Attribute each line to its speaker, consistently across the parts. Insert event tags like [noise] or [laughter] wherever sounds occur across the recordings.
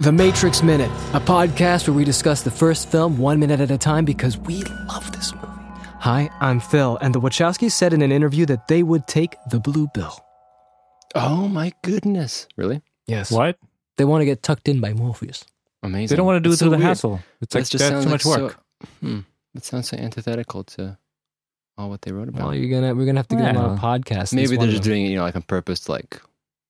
Speaker 1: The Matrix Minute, a podcast where we discuss the first film one minute at a time because we love this movie. Hi, I'm Phil, and the Wachowskis said in an interview that they would take the blue pill.
Speaker 2: Oh my goodness. Really?
Speaker 1: Yes.
Speaker 3: What?
Speaker 1: They want to get tucked in by Morpheus.
Speaker 2: Amazing.
Speaker 3: They don't want to do it
Speaker 2: That's
Speaker 3: through
Speaker 2: so
Speaker 3: the
Speaker 2: weird.
Speaker 3: hassle. It's
Speaker 2: That
Speaker 3: like
Speaker 2: just
Speaker 3: that's
Speaker 2: sounds
Speaker 3: too
Speaker 2: like
Speaker 3: much
Speaker 2: so-
Speaker 3: work.
Speaker 2: Hmm. That sounds so antithetical to all what they wrote about.
Speaker 1: Well, you're gonna we're gonna have to get them on a
Speaker 3: Yeah.
Speaker 1: podcast. That's
Speaker 2: Maybe
Speaker 1: one
Speaker 2: they're
Speaker 1: of
Speaker 2: just
Speaker 1: them.
Speaker 2: doing it, you know, like on purpose to like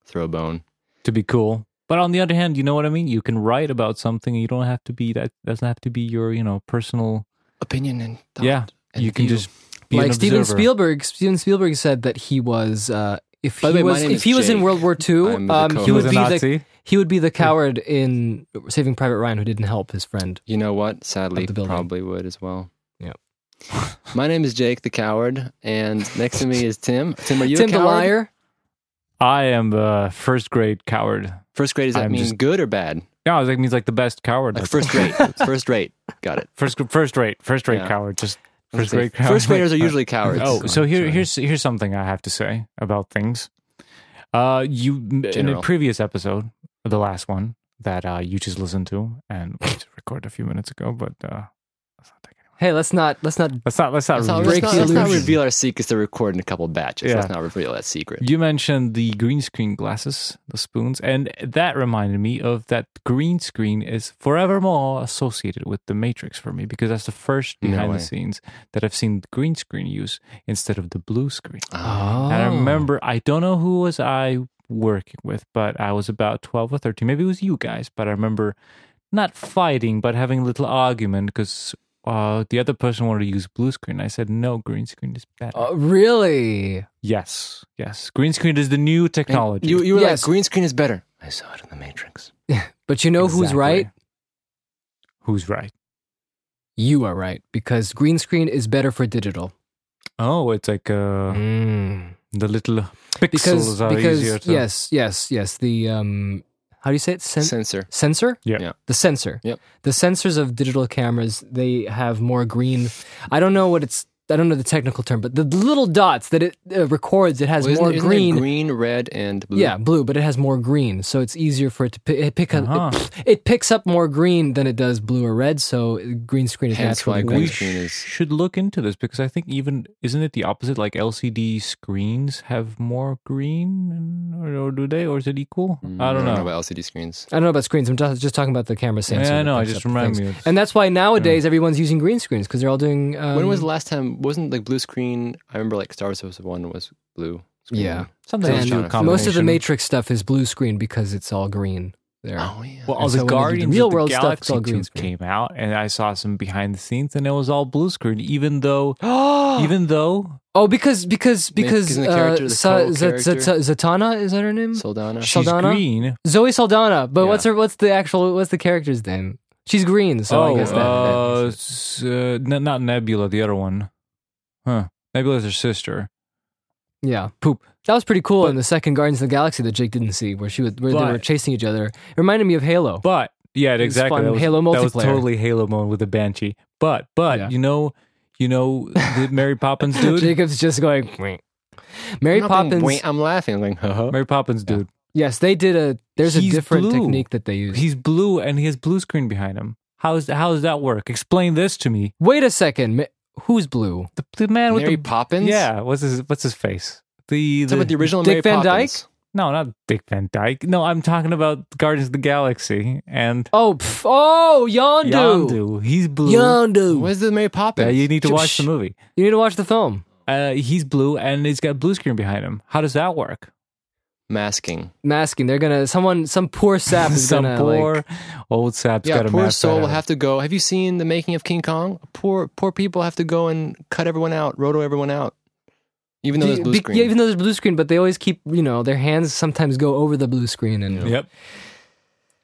Speaker 2: throw a bone.
Speaker 3: to be cool. But on the other hand, you know what I mean. You can write about something. You don't have to be that. Doesn't have to be your you know personal.
Speaker 2: Opinion and thought.
Speaker 3: Yeah,
Speaker 2: and
Speaker 3: you can
Speaker 2: view.
Speaker 3: just be
Speaker 1: like
Speaker 3: an
Speaker 1: Steven
Speaker 3: observer.
Speaker 1: Spielberg. Steven Spielberg said that he was uh, if
Speaker 2: By
Speaker 1: he
Speaker 2: the way, my
Speaker 1: was
Speaker 2: name
Speaker 1: if
Speaker 2: is
Speaker 1: he was in
Speaker 2: Jake.
Speaker 1: World War
Speaker 2: I'm
Speaker 1: II,
Speaker 2: the
Speaker 1: um, he
Speaker 2: co-host.
Speaker 1: would
Speaker 3: a
Speaker 1: be the
Speaker 3: Nazi.
Speaker 1: he would be the coward in Saving Private Ryan who didn't help his friend.
Speaker 2: You know what? Sadly,
Speaker 1: Of the building.
Speaker 2: probably would as well.
Speaker 1: Yeah.
Speaker 2: [laughs] My name is Jake the Coward, and next to me is Tim. [laughs] Tim, are you
Speaker 1: Tim
Speaker 2: a
Speaker 1: the
Speaker 2: coward?
Speaker 1: liar.
Speaker 3: I am the first grade coward.
Speaker 2: First grade, does that
Speaker 3: I'm
Speaker 2: mean
Speaker 3: just-
Speaker 2: good or bad?
Speaker 3: No, that means like the best coward.
Speaker 2: Like
Speaker 3: That's-
Speaker 2: first rate. first rate. Got it.
Speaker 3: [laughs] first first rate, first rate
Speaker 2: Yeah.
Speaker 3: coward. Just
Speaker 2: I was
Speaker 3: first
Speaker 2: gonna
Speaker 3: rate
Speaker 2: say,
Speaker 3: coward.
Speaker 2: First
Speaker 3: [laughs]
Speaker 2: graders are usually cowards.
Speaker 3: Oh, so here,
Speaker 2: Sorry.
Speaker 3: here's here's something I have to say about things. Uh, you in
Speaker 2: General.
Speaker 3: a previous episode, the last one that uh, you just listened to and we just recorded a few minutes ago, but uh, let's not take it.
Speaker 1: Hey, let's not let's not.
Speaker 3: Let's not let's not
Speaker 2: Let's not,
Speaker 3: reveal-
Speaker 2: let's
Speaker 1: break
Speaker 2: not,
Speaker 1: the
Speaker 2: let's not
Speaker 1: illusion.
Speaker 2: reveal our secrets to record in a couple batches. Let's
Speaker 3: Yeah.
Speaker 2: not reveal that secret.
Speaker 3: You mentioned the green screen glasses, the spoons, and that reminded me of that green screen is forevermore associated with the Matrix for me because that's the first
Speaker 2: No
Speaker 3: behind
Speaker 2: way.
Speaker 3: the scenes that I've seen green screen use instead of the blue screen.
Speaker 2: Ah.
Speaker 1: Oh.
Speaker 3: And I remember, I don't know who was I working with, but I was about 12 or 13. Maybe it was you guys, but I remember not fighting, but having a little argument because uh, the other person wanted to use blue screen. I said, no, green screen is better.
Speaker 1: Oh, really?
Speaker 3: yes, yes. Green screen is the new
Speaker 2: And
Speaker 3: technology.
Speaker 2: You, you were
Speaker 1: Yes.
Speaker 2: like, green screen is better. I saw it in the Matrix.
Speaker 1: But you know who's
Speaker 3: Exactly.
Speaker 1: right?
Speaker 3: Who's right?
Speaker 1: You are right because green screen is better for digital.
Speaker 3: Oh, it's like uh,
Speaker 2: Hmm.
Speaker 1: Mm.
Speaker 3: the little pixels
Speaker 1: Because
Speaker 3: are easier
Speaker 1: because
Speaker 3: to.
Speaker 1: yes yes yes the um how do you say it Sen-
Speaker 2: Censor.
Speaker 1: sensor
Speaker 3: Yeah.
Speaker 2: Yeah.
Speaker 1: the sensor
Speaker 2: Yep.
Speaker 1: the sensors of digital cameras they have more green i don't know what it's i don't know the technical term but the little dots that it uh, records it has
Speaker 2: Well, isn't-
Speaker 1: more
Speaker 2: isn't it
Speaker 1: green
Speaker 2: green, red, and blue.
Speaker 1: yeah blue but it has more green so it's easier for it to pick, it, pick up,
Speaker 3: Uh-huh.
Speaker 1: it, it picks up more green than it does blue or red so green screen is
Speaker 2: Hence
Speaker 1: naturally
Speaker 2: why
Speaker 1: green.
Speaker 3: We
Speaker 2: green screen is-
Speaker 3: should look into this because I think even isn't it the opposite? Like LCD screens have more green, and- or, or do they, or is it equal?
Speaker 2: Mm,
Speaker 3: I don't know.
Speaker 2: about LCD screens.
Speaker 1: i don't know about screens i'm just, just talking about the camera sensor
Speaker 3: yeah, I
Speaker 1: that
Speaker 3: know. I
Speaker 1: picks
Speaker 3: just
Speaker 1: up
Speaker 3: remind
Speaker 1: things.
Speaker 3: me. It's-
Speaker 1: and that's why nowadays everyone's using green screens because they're all doing um,
Speaker 2: when was the last time? Wasn't like blue screen? I remember like Star Wars Episode One was blue. Screen.
Speaker 1: Yeah.
Speaker 3: sometimes
Speaker 2: and
Speaker 3: you do a
Speaker 1: most of the
Speaker 3: combination.
Speaker 1: matrix stuff is blue screen because it's all green there
Speaker 2: Oh yeah.
Speaker 3: Well,
Speaker 1: And
Speaker 3: all
Speaker 1: so
Speaker 3: the
Speaker 1: when they did
Speaker 3: Guardians
Speaker 1: real
Speaker 3: of the
Speaker 1: world stuff,
Speaker 3: Galaxy
Speaker 1: it's all green
Speaker 3: 2
Speaker 1: screen.
Speaker 3: came out, and I saw some behind the scenes, and it was all blue screen.
Speaker 1: [gasps]
Speaker 3: Even though,
Speaker 2: [gasps]
Speaker 3: even though,
Speaker 1: Oh, because because because
Speaker 2: Because the character,
Speaker 1: uh,
Speaker 2: the
Speaker 1: Sa-
Speaker 2: co-
Speaker 1: Z- Z-
Speaker 2: character.
Speaker 1: Z- Zatanna is that her name?
Speaker 2: Soldana.
Speaker 3: she's
Speaker 1: Saldana?
Speaker 3: green.
Speaker 1: Zoe Saldana. But
Speaker 2: Yeah.
Speaker 1: what's her? What's the actual? What's the character's name? She's green, so
Speaker 3: oh,
Speaker 1: I guess that. that
Speaker 3: uh,
Speaker 1: makes sense.
Speaker 3: s- uh, ne- not Nebula, the other one. Huh? Nebula's her sister.
Speaker 1: yeah,
Speaker 3: Poop.
Speaker 1: That was pretty cool
Speaker 3: But-
Speaker 1: in the second Guardians of the Galaxy that Jake didn't see, where she was where they
Speaker 3: But-
Speaker 1: were chasing each other. It reminded me of Halo.
Speaker 3: But yeah,
Speaker 1: was
Speaker 3: exactly.
Speaker 1: fun.
Speaker 3: That was,
Speaker 1: Halo
Speaker 3: that was
Speaker 1: multiplayer.
Speaker 3: totally Halo mode with the Banshee. But but
Speaker 1: Yeah.
Speaker 3: you know you know the Mary
Speaker 1: [laughs]
Speaker 3: Poppins dude.
Speaker 1: Jacob's just going. "Wink." Mary
Speaker 2: I'm not being
Speaker 1: Poppins.
Speaker 2: wa- I'm laughing. I'm going. Huh.
Speaker 3: Mary Poppins dude.
Speaker 1: Yes, they did a. There's a
Speaker 3: He's
Speaker 1: different
Speaker 3: blue.
Speaker 1: technique that they use.
Speaker 3: He's blue and he has blue screen behind him. How's how does that work? Explain this to me.
Speaker 1: Wait a second. ma- Who's blue?
Speaker 3: The, the man with
Speaker 2: Mary
Speaker 3: the
Speaker 2: Poppins.
Speaker 3: yeah. What's his what's his face? The,
Speaker 2: Talking
Speaker 3: the,
Speaker 2: about the original
Speaker 1: Dick
Speaker 2: Mary
Speaker 1: Van Dyke?
Speaker 2: Poppins.
Speaker 3: no, not Dick Van Dyke. No, I'm talking about Guardians of the Galaxy and
Speaker 1: Oh, pff, oh, Yondu.
Speaker 3: Yondu. He's blue.
Speaker 1: Yondu.
Speaker 2: Where's the Mary Poppins?
Speaker 3: Yeah, you need to watch the
Speaker 1: Shh.
Speaker 3: movie.
Speaker 1: You need to watch the film.
Speaker 3: Uh, he's blue and he's got blue screen behind him. How does that work?
Speaker 2: masking.
Speaker 1: masking. They're gonna someone some poor sap is
Speaker 3: [laughs] some
Speaker 1: gonna
Speaker 3: poor
Speaker 1: like
Speaker 3: old sap's
Speaker 2: Yeah,
Speaker 3: got a
Speaker 2: poor
Speaker 3: mask
Speaker 2: soul
Speaker 3: that
Speaker 2: will
Speaker 3: out.
Speaker 2: have to go. Have you seen the making of King Kong? Poor, poor people have to go and cut everyone out, roto everyone out, even though there's blue
Speaker 1: Be-
Speaker 2: screen.
Speaker 1: Yeah, even though there's blue screen, but they always keep you know their hands sometimes go over the blue screen and
Speaker 3: Yep.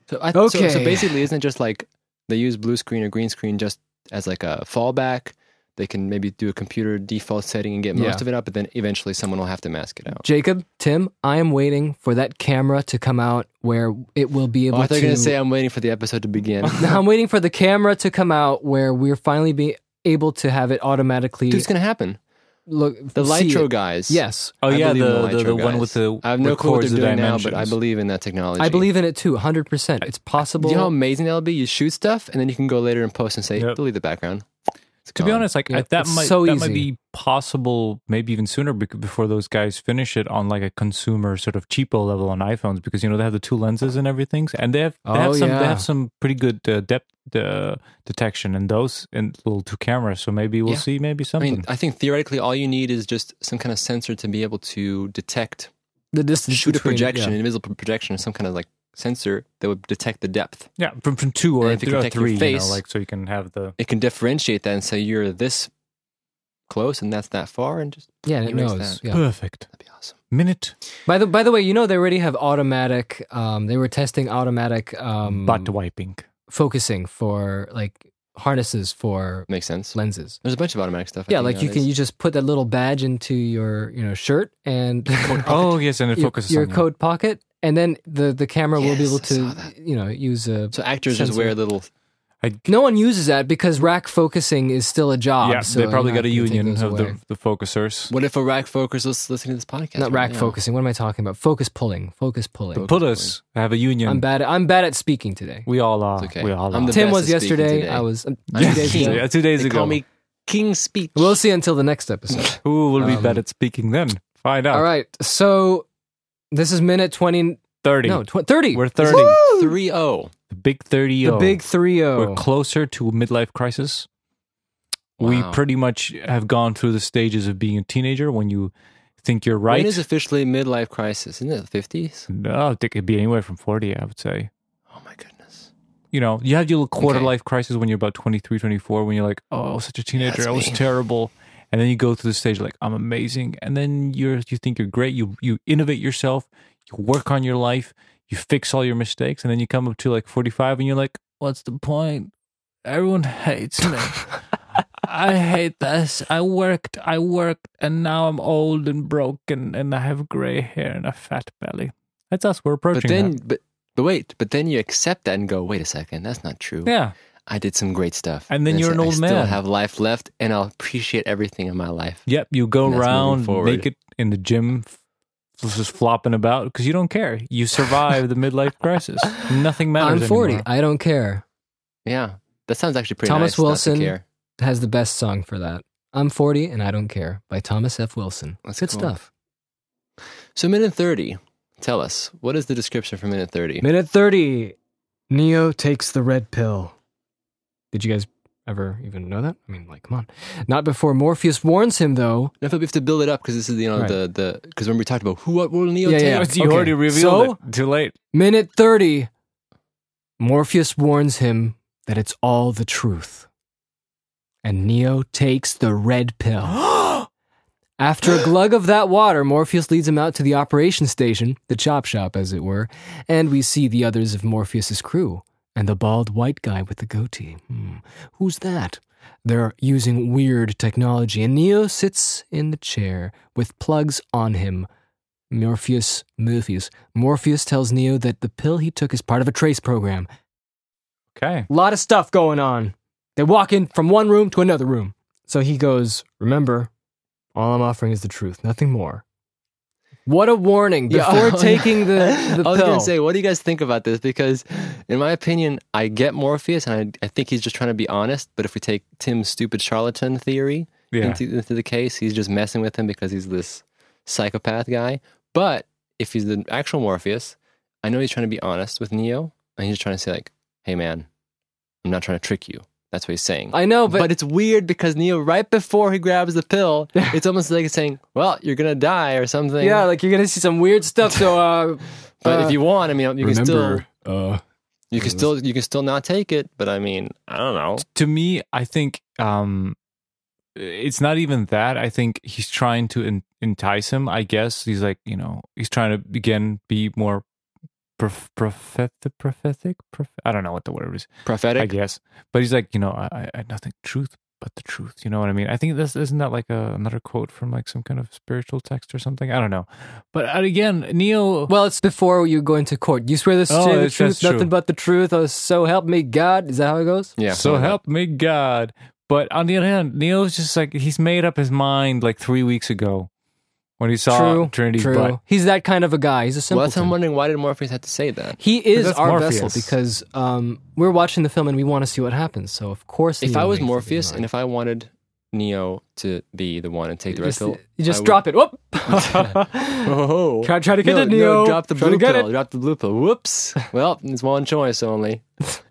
Speaker 2: so, I, so- so,
Speaker 1: Okay.
Speaker 2: basically, isn't it just like they use blue screen or green screen just as like a fallback? They can maybe do a computer default setting and get most
Speaker 1: Yeah.
Speaker 2: of it up, but then eventually someone will have to mask it out.
Speaker 1: Jacob, Tim, I am waiting for that camera to come out where it will be
Speaker 2: Oh,
Speaker 1: able
Speaker 2: I
Speaker 1: to.
Speaker 2: thought you were going
Speaker 1: [laughs]
Speaker 2: to say I'm waiting for the episode to begin.
Speaker 1: Now, I'm waiting for the camera to come out where we're finally be able to have it automatically.
Speaker 2: Dude, it's going to happen.
Speaker 1: look
Speaker 2: The
Speaker 1: see
Speaker 2: Litro
Speaker 1: it.
Speaker 2: guys.
Speaker 1: Yes,
Speaker 3: Oh
Speaker 2: I
Speaker 3: yeah,
Speaker 2: believe in
Speaker 3: the the, the,
Speaker 2: Lytro
Speaker 3: one
Speaker 2: guys.
Speaker 3: with the
Speaker 2: I have no clue what
Speaker 3: records
Speaker 2: they're
Speaker 3: the
Speaker 2: doing now, but I
Speaker 3: dimensions.
Speaker 2: believe in that technology.
Speaker 1: I believe in it too, hundred percent. It's possible.
Speaker 2: Do you know how amazing that'll be? You shoot stuff, and then you can go later and post and say,
Speaker 3: Yep.
Speaker 2: "Delete the background." It's
Speaker 3: To be
Speaker 2: gone.
Speaker 3: honest, like
Speaker 1: Yeah,
Speaker 3: I- that
Speaker 1: it's
Speaker 3: might
Speaker 1: so
Speaker 3: that might
Speaker 1: easy.
Speaker 3: be possible, maybe even sooner bec- before those guys finish it on like a consumer sort of cheapo level on iPhones because you know they have the two lenses and everything, and they have they have
Speaker 1: Oh,
Speaker 3: some they
Speaker 1: yeah.
Speaker 3: have some pretty good uh, depth uh, detection in those and little two cameras. So maybe we'll
Speaker 2: Yeah.
Speaker 3: see maybe
Speaker 2: I
Speaker 3: something.
Speaker 2: mean, I think theoretically, all you need is just some kind of sensor to be able to detect,
Speaker 1: the distance
Speaker 2: shoot a
Speaker 1: between-
Speaker 2: projection,
Speaker 1: yeah.
Speaker 2: an invisible projection, or some kind of like sensor that would detect the depth.
Speaker 3: yeah, from, from two or,
Speaker 2: And if it
Speaker 3: th- or
Speaker 2: can detect your
Speaker 3: three, you know,
Speaker 2: face-
Speaker 3: like so you can have the
Speaker 2: It can differentiate that and say you're this close and that's that far, and just
Speaker 1: Yeah, and it
Speaker 2: erase
Speaker 1: knows.
Speaker 2: that.
Speaker 1: Yeah.
Speaker 3: perfect
Speaker 2: that'd be awesome.
Speaker 3: minute
Speaker 1: By the by the way, you know they already have automatic. Um, they were testing automatic um,
Speaker 3: butt wiping.
Speaker 1: focusing for like harnesses for
Speaker 2: Makes sense.
Speaker 1: lenses.
Speaker 2: There's a bunch of automatic stuff. I
Speaker 1: Yeah,
Speaker 2: think,
Speaker 1: like you can
Speaker 2: nowadays.
Speaker 1: you just put that little badge into your you know shirt and [laughs]
Speaker 3: Oh yes, and it
Speaker 1: your,
Speaker 3: focuses
Speaker 1: your
Speaker 3: on you.
Speaker 1: coat pocket, and then the the camera will be
Speaker 2: Yes,
Speaker 1: able
Speaker 2: I saw
Speaker 1: to
Speaker 2: that.
Speaker 1: you know use a.
Speaker 2: So actors just
Speaker 1: sensor.
Speaker 2: wear little.
Speaker 3: I-
Speaker 1: No one uses that because rack focusing is still a job.
Speaker 3: yeah,
Speaker 1: so
Speaker 3: they probably
Speaker 1: you're
Speaker 3: got
Speaker 1: not
Speaker 3: a
Speaker 1: gonna take
Speaker 3: union
Speaker 1: those
Speaker 3: of
Speaker 1: away.
Speaker 3: the, the focusers.
Speaker 2: What if a rack focus is listening to this podcast?
Speaker 1: not
Speaker 2: right
Speaker 1: rack
Speaker 2: now?
Speaker 1: focusing. What am I talking about? Focus pulling. Focus pulling.
Speaker 2: Focus.
Speaker 3: Put us have a union.
Speaker 1: I'm bad. At, I'm bad at speaking today.
Speaker 3: We all are.
Speaker 2: It's okay.
Speaker 3: We all
Speaker 2: I'm
Speaker 3: are.
Speaker 2: the
Speaker 1: Tim
Speaker 2: best
Speaker 1: was
Speaker 2: at speaking
Speaker 1: yesterday.
Speaker 2: today.
Speaker 1: I was um,
Speaker 2: I'm
Speaker 1: two
Speaker 2: the
Speaker 1: days
Speaker 2: king.
Speaker 1: ago.
Speaker 3: Yeah, [laughs] two days
Speaker 2: They
Speaker 3: ago.
Speaker 2: call me King Speech.
Speaker 1: We'll see until the next
Speaker 3: [laughs]
Speaker 1: episode.
Speaker 3: Who will be
Speaker 1: Um,
Speaker 3: bad at speaking then? Find out.
Speaker 1: All right. So this is minute twenty.
Speaker 3: 30.
Speaker 1: No, tw- thirty.
Speaker 3: We're 30.
Speaker 2: Three
Speaker 1: oh.
Speaker 2: zero.
Speaker 3: The big 30.
Speaker 1: the big three oh.
Speaker 3: We're
Speaker 1: zero.
Speaker 3: closer to midlife crisis. We
Speaker 2: Wow.
Speaker 3: pretty much have gone through the stages of being a teenager when you think you're right.
Speaker 2: When is officially midlife crisis? Isn't it fifties?
Speaker 3: no, I think it'd be anywhere from 40, I would say.
Speaker 2: Oh my goodness.
Speaker 3: You know, you have your little quarter
Speaker 2: Okay.
Speaker 3: life crisis when you're about 23, 24, when you're like, oh, I was such a teenager.
Speaker 2: That's
Speaker 3: I was
Speaker 2: me.
Speaker 3: terrible. And then you go through the stage like, I'm amazing. And then you're, you think you're great. You, you innovate yourself. You work on your life. You fix all your mistakes. And then you come up to like 45 and you're like, what's the point? Everyone hates
Speaker 2: [laughs]
Speaker 3: me. I hate this. I worked, I worked, and now I'm old and broken and I have gray hair and a fat belly. That's us. We're approaching
Speaker 2: But then,
Speaker 3: that.
Speaker 2: but but wait, but then you accept that and go, wait a second, that's not true.
Speaker 3: Yeah.
Speaker 2: I did some great stuff,
Speaker 3: And then
Speaker 2: I
Speaker 3: you're an
Speaker 2: said, I
Speaker 3: old
Speaker 2: Still
Speaker 3: man.
Speaker 2: have life left, and I'll appreciate everything in my life.
Speaker 3: Yep, you go
Speaker 2: And that's moving
Speaker 3: around
Speaker 2: forward.
Speaker 3: naked in the gym, f- just flopping about because you don't care. You survive the midlife crisis. Nothing
Speaker 1: I'm
Speaker 3: matters.
Speaker 1: forty.
Speaker 3: anymore.
Speaker 1: I don't care.
Speaker 2: Yeah, that sounds actually pretty.
Speaker 1: Thomas
Speaker 2: nice not to
Speaker 1: Wilson.
Speaker 2: care.
Speaker 1: Has the best song for that. I'm forty and I don't care by Thomas F. Wilson.
Speaker 2: That's
Speaker 1: good
Speaker 2: cool.
Speaker 1: stuff.
Speaker 2: So minute thirty. Tell us what is the description for minute thirty?
Speaker 1: Minute thirty. Neo takes the red pill. Did you guys ever even know that? I mean, like, come on. Not before Morpheus warns him, though.
Speaker 2: I feel we have to build it up because this is you know
Speaker 1: Right.
Speaker 2: the the because when we talked about who what will Neo
Speaker 1: Yeah,
Speaker 2: take,
Speaker 1: yeah.
Speaker 3: You
Speaker 1: Okay,
Speaker 3: already revealed
Speaker 1: so-
Speaker 3: it. Too late.
Speaker 1: Minute 30, Morpheus warns him that it's all the truth. And Neo takes the red [gasps] pill. After a glug of that water, Morpheus leads him out to the operation station, the chop shop, as it were, and we see the others of Morpheus's crew and the bald white guy with the goatee. Hmm, who's that? They're using weird technology, and Neo sits in the chair with plugs on him. Morpheus, Morpheus, Morpheus tells Neo that the pill he took is part of a trace program.
Speaker 3: Okay.
Speaker 1: A lot of stuff going on. They walk in from one room to another room. So he goes, Remember, all I'm offering is the truth, nothing more. What a warning
Speaker 2: Yeah.
Speaker 1: [laughs]
Speaker 2: [laughs]
Speaker 1: before taking the, [laughs] the
Speaker 2: I was
Speaker 1: pill.
Speaker 2: gonna say, what do you guys think about this? Because, in my opinion, I get Morpheus, and I, I think he's just trying to be honest. But if we take Tim's stupid charlatan theory
Speaker 3: Yeah.
Speaker 2: into, into the case, he's just messing with him because he's this psychopath guy. But if he's the actual Morpheus, I know he's trying to be honest with Neo, and he's trying to say like, "Hey, man, I'm not trying to trick you." That's what he's saying.
Speaker 1: I know,
Speaker 2: but,
Speaker 1: but,
Speaker 2: it's weird because Neo, right before he grabs
Speaker 1: [laughs]
Speaker 2: the pill, it's almost like it's saying, "Well, you're gonna die" or something.
Speaker 1: yeah, like you're going to see some weird stuff. So, [laughs] uh,
Speaker 2: But
Speaker 1: uh,
Speaker 2: if you want, I mean, you can still
Speaker 1: uh,
Speaker 2: you can
Speaker 1: Mm.
Speaker 2: still you can still not take it, but I mean, I don't know.
Speaker 3: to me, I think um, it's not even that. I think he's trying to en- entice him. I guess he's like, you know, he's trying to again be more prof- prophetic, prophetic, prof- I don't know what the word is. I
Speaker 2: Prophetic.
Speaker 3: guess. But he's like, you know, I, I- I nothing truth but the truth. You know what I mean? I think this isn't that like a, another quote from like some kind of spiritual text or something. I don't know. But uh, again, Neo.
Speaker 1: well, it's before you go into court. You swear this is
Speaker 3: Oh,
Speaker 1: the
Speaker 3: that's-
Speaker 1: truth,
Speaker 3: that's true.
Speaker 1: nothing but the truth. Oh, so help me God. Is that how it goes?
Speaker 2: yeah.
Speaker 3: so
Speaker 2: something like
Speaker 3: help me God. But on the other hand, Neo's just like he's made up his mind like three weeks ago when he saw
Speaker 1: true.
Speaker 3: Trinity's
Speaker 1: true.
Speaker 3: butt.
Speaker 1: He's that kind of a guy. He's a
Speaker 2: Well,
Speaker 1: simpleton.
Speaker 2: that's, I'm wondering why did Morpheus have to say that?
Speaker 1: He is
Speaker 3: that's
Speaker 1: our
Speaker 3: Morpheus.
Speaker 1: vessel because um, we're watching the film and we want to see what happens. So of course,
Speaker 2: If
Speaker 1: Neo
Speaker 2: I
Speaker 1: makes
Speaker 2: was
Speaker 1: up his
Speaker 2: Morpheus
Speaker 1: mind.
Speaker 2: and if I wanted Neo to be the one and take the red
Speaker 1: just,
Speaker 2: pill,
Speaker 1: you just
Speaker 2: I would-
Speaker 1: drop it. Whoop!
Speaker 2: [laughs] Oh,
Speaker 1: Try, try to get
Speaker 2: no,
Speaker 1: it, Neo.
Speaker 2: no, drop the
Speaker 1: Try
Speaker 2: blue
Speaker 1: to get
Speaker 2: pill.
Speaker 1: it.
Speaker 2: Drop the blue pill. Whoops. [laughs] Well, it's one
Speaker 1: [laughs]
Speaker 2: choice only.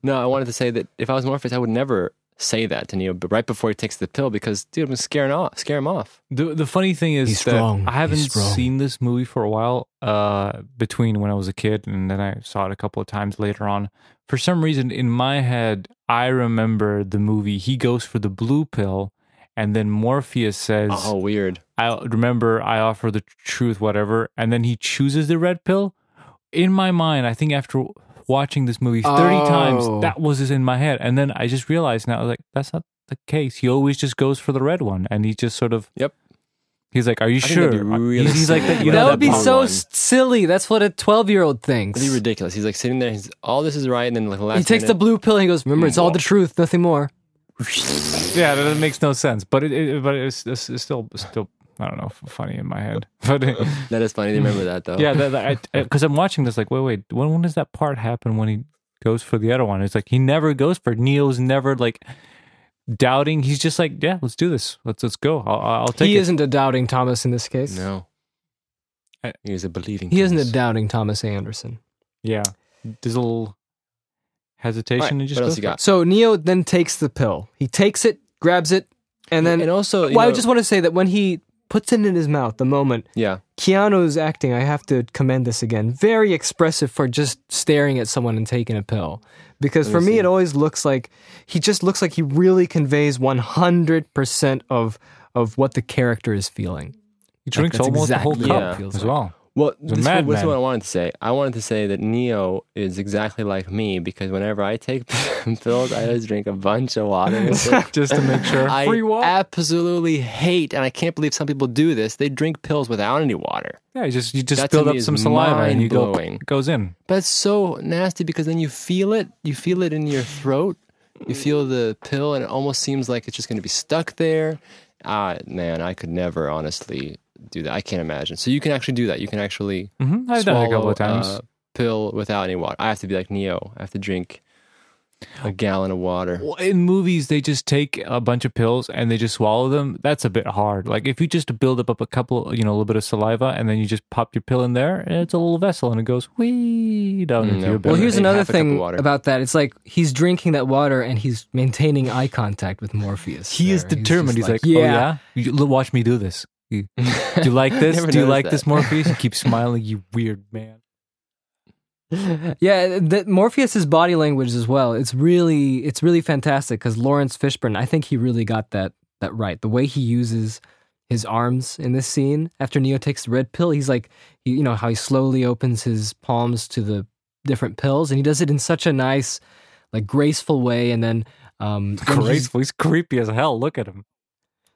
Speaker 2: No, I wanted to say that if I was Morpheus, I would never say that to Neo, but right before he takes the pill, because dude, I'm gonna scare him off. Scare him off.
Speaker 3: The the funny thing is
Speaker 1: He's
Speaker 3: that
Speaker 1: strong.
Speaker 3: I haven't
Speaker 1: He's strong.
Speaker 3: seen this movie for a while. Uh, between when I was a kid and then I saw it a couple of times later on. For some reason, in my head, I remember the movie. He goes for the blue pill, and then Morpheus says,
Speaker 2: Oh, weird.
Speaker 3: "I remember I offer the truth, whatever." And then he chooses the red pill. In my mind, I think after watching this movie thirty
Speaker 1: Oh.
Speaker 3: times, that was just in my head. And then I just realized now, like that's not the case. He always just goes for the red one, and he just sort of
Speaker 2: Yep.
Speaker 3: He's like, "Are you
Speaker 2: I think
Speaker 3: sure?"
Speaker 2: that'd be really
Speaker 3: he's, he's like,
Speaker 2: silly.
Speaker 3: "That you
Speaker 1: that
Speaker 3: know
Speaker 1: would be
Speaker 2: blue
Speaker 3: blonde
Speaker 1: so
Speaker 2: one.
Speaker 1: s- silly. That's what a twelve-year-old thinks.
Speaker 2: It'd be ridiculous. He's like sitting there. He's all this is right, and then like the last
Speaker 1: He takes the
Speaker 2: minute,
Speaker 1: blue pill and he goes, "Remember, it's all the truth, nothing more."
Speaker 3: one." Yeah, that, that makes no sense, but it, it but it's, it's, it's still still I don't know, f- funny in my head. [laughs] But uh,
Speaker 2: That is funny. They remember that though.
Speaker 3: yeah, because I'm watching this, like, wait, wait, when when does that part happen when he goes for the other one? It's like he never goes for it. Neo's never like doubting. He's just like, "Yeah, let's do this. Let's let's go. I'll, I'll take
Speaker 1: He
Speaker 3: it."
Speaker 1: isn't a doubting Thomas in this case.
Speaker 2: No.
Speaker 3: I-
Speaker 2: He was a believing.
Speaker 1: He isn't a
Speaker 2: Thomas.
Speaker 1: doubting Thomas Anderson.
Speaker 3: yeah, there's a little hesitation
Speaker 2: Alright,
Speaker 3: and just
Speaker 2: what else
Speaker 3: goes
Speaker 2: you
Speaker 3: for
Speaker 2: got?
Speaker 1: So Neo then takes the pill. He takes it, grabs it, and then.
Speaker 2: and also, you
Speaker 1: well, I
Speaker 2: know-
Speaker 1: just want to say that when he puts it in his mouth, the moment
Speaker 2: yeah,
Speaker 1: Keanu's acting, I have to commend this again. Very expressive for just staring at someone and taking a pill. Because
Speaker 2: Let
Speaker 1: for
Speaker 2: me
Speaker 1: me,
Speaker 2: see.
Speaker 1: it always looks like he just looks like he really conveys 100% of of what the character is feeling.
Speaker 3: He drinks
Speaker 1: that's
Speaker 3: almost the
Speaker 1: exactly
Speaker 3: whole
Speaker 2: what it
Speaker 3: cup
Speaker 1: feels
Speaker 3: as
Speaker 1: like.
Speaker 3: well.
Speaker 2: Well,
Speaker 3: He's a
Speaker 2: this is what- this is
Speaker 3: madman.
Speaker 2: what I wanted to say. I wanted to say that Neo is exactly like me because whenever I take [laughs] pills, I just drink a bunch
Speaker 1: [laughs]
Speaker 2: of water.
Speaker 3: Just to make
Speaker 2: [laughs]
Speaker 3: sure.
Speaker 2: I
Speaker 1: Free water.
Speaker 2: absolutely hate, and I can't believe some people do this. They drink pills without any water.
Speaker 3: Yeah, you just you just
Speaker 2: That to
Speaker 3: build
Speaker 2: me
Speaker 3: up
Speaker 2: is
Speaker 3: some saliva and you go
Speaker 2: mind-blowing.
Speaker 3: it goes in.
Speaker 2: But it's so nasty because then you feel it. You feel it in your throat. You feel the pill, and it almost seems like it's just going to be stuck there. Ah, man, I could never honestly do that. I can't imagine. So you can actually do that. You can actually
Speaker 3: hmm I've done it a couple of
Speaker 2: swallow,
Speaker 3: times.
Speaker 2: uh, pill without any water. I have to be like Neo. I have to drink a gallon of water.
Speaker 3: Well, in movies, they just take a bunch of pills and they just swallow them. That's a bit hard. Like if you just build up, up a couple, you know, a little bit of saliva, and then you just pop your pill in there, and it's a little vessel, and it goes wee down
Speaker 2: Mm, no.
Speaker 3: into your
Speaker 1: Well,
Speaker 3: belly.
Speaker 2: Yeah,
Speaker 1: here's
Speaker 2: like
Speaker 1: another
Speaker 2: half a cup of
Speaker 1: thing
Speaker 2: water.
Speaker 1: about that. It's like he's drinking that water and he's maintaining eye contact with Morpheus.
Speaker 3: he is
Speaker 1: there. just
Speaker 3: determined. He's, like, oh yeah, You, look, watch me
Speaker 1: [laughs]
Speaker 3: do this. You, do you like this?
Speaker 2: Never
Speaker 3: do you
Speaker 2: noticed
Speaker 3: like
Speaker 2: that.
Speaker 3: this, Morpheus? You keep smiling, you weird man.
Speaker 1: Yeah, that Morpheus's body language as well. It's really it's really fantastic because Lawrence Fishburne, I think he really got that that right. The way he uses his arms in this scene after Neo takes the red pill, he's like, you you know, how he slowly opens his palms to the different pills, and he does it in such a nice, like graceful way. And then, um, when [laughs] he's-
Speaker 3: Graceful. He's creepy as hell. Look
Speaker 1: [laughs]
Speaker 3: at him.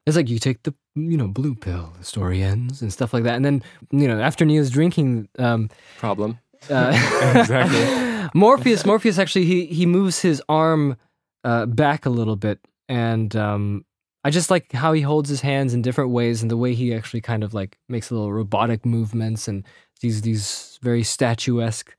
Speaker 1: it's like you take the you know blue pill, the story ends, and stuff like that. And then you know after Neo's drinking, um,
Speaker 2: Problem.
Speaker 1: uh,
Speaker 3: Exactly.
Speaker 1: [laughs] Morpheus. Morpheus actually he he moves his arm uh, back a little bit, and um, I just like how he holds his hands in different ways, and the way he actually kind of like makes little robotic movements and these these very statuesque.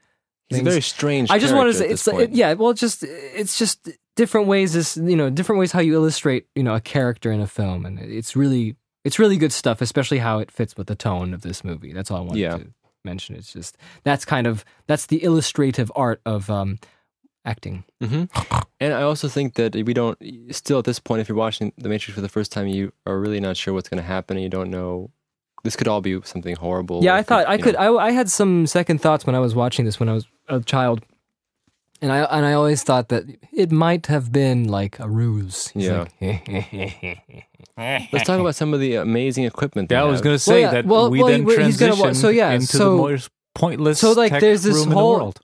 Speaker 2: He's a
Speaker 1: things.
Speaker 2: very strange.
Speaker 1: I just
Speaker 2: want
Speaker 1: want to say it's like, yeah. Well, just it's just different ways is you know different ways how you illustrate you know a character in a film, and it's really it's really good stuff, especially how it fits with the tone of this movie. That's all I wanted
Speaker 2: Yeah.
Speaker 1: to mention. It's just that's kind of that's the illustrative art of um, acting.
Speaker 2: hmm And I also think that we don't still at this point, if you're watching The Matrix for the first time, you are really not sure what's going to happen, and you don't know. This could all be something horrible.
Speaker 1: Yeah,
Speaker 2: It
Speaker 1: I thought I
Speaker 2: you know,
Speaker 1: could. I, I had some second thoughts when I was watching this when I was a child, and I and I always thought that it might have been like a ruse. He's
Speaker 2: Yeah.
Speaker 1: like, [laughs]
Speaker 2: Let's talk about some of the amazing equipment.
Speaker 3: Yeah, I
Speaker 2: they
Speaker 3: was
Speaker 2: have.
Speaker 3: gonna say
Speaker 1: yeah,
Speaker 3: that
Speaker 1: well-
Speaker 3: we
Speaker 1: well,
Speaker 3: then
Speaker 1: he- he's
Speaker 3: transitioned
Speaker 1: gonna wa- so yeah,
Speaker 3: into
Speaker 1: so-
Speaker 3: the most pointless.
Speaker 1: so, like,
Speaker 3: tech
Speaker 1: there's this
Speaker 3: room in the
Speaker 1: whole-
Speaker 3: world.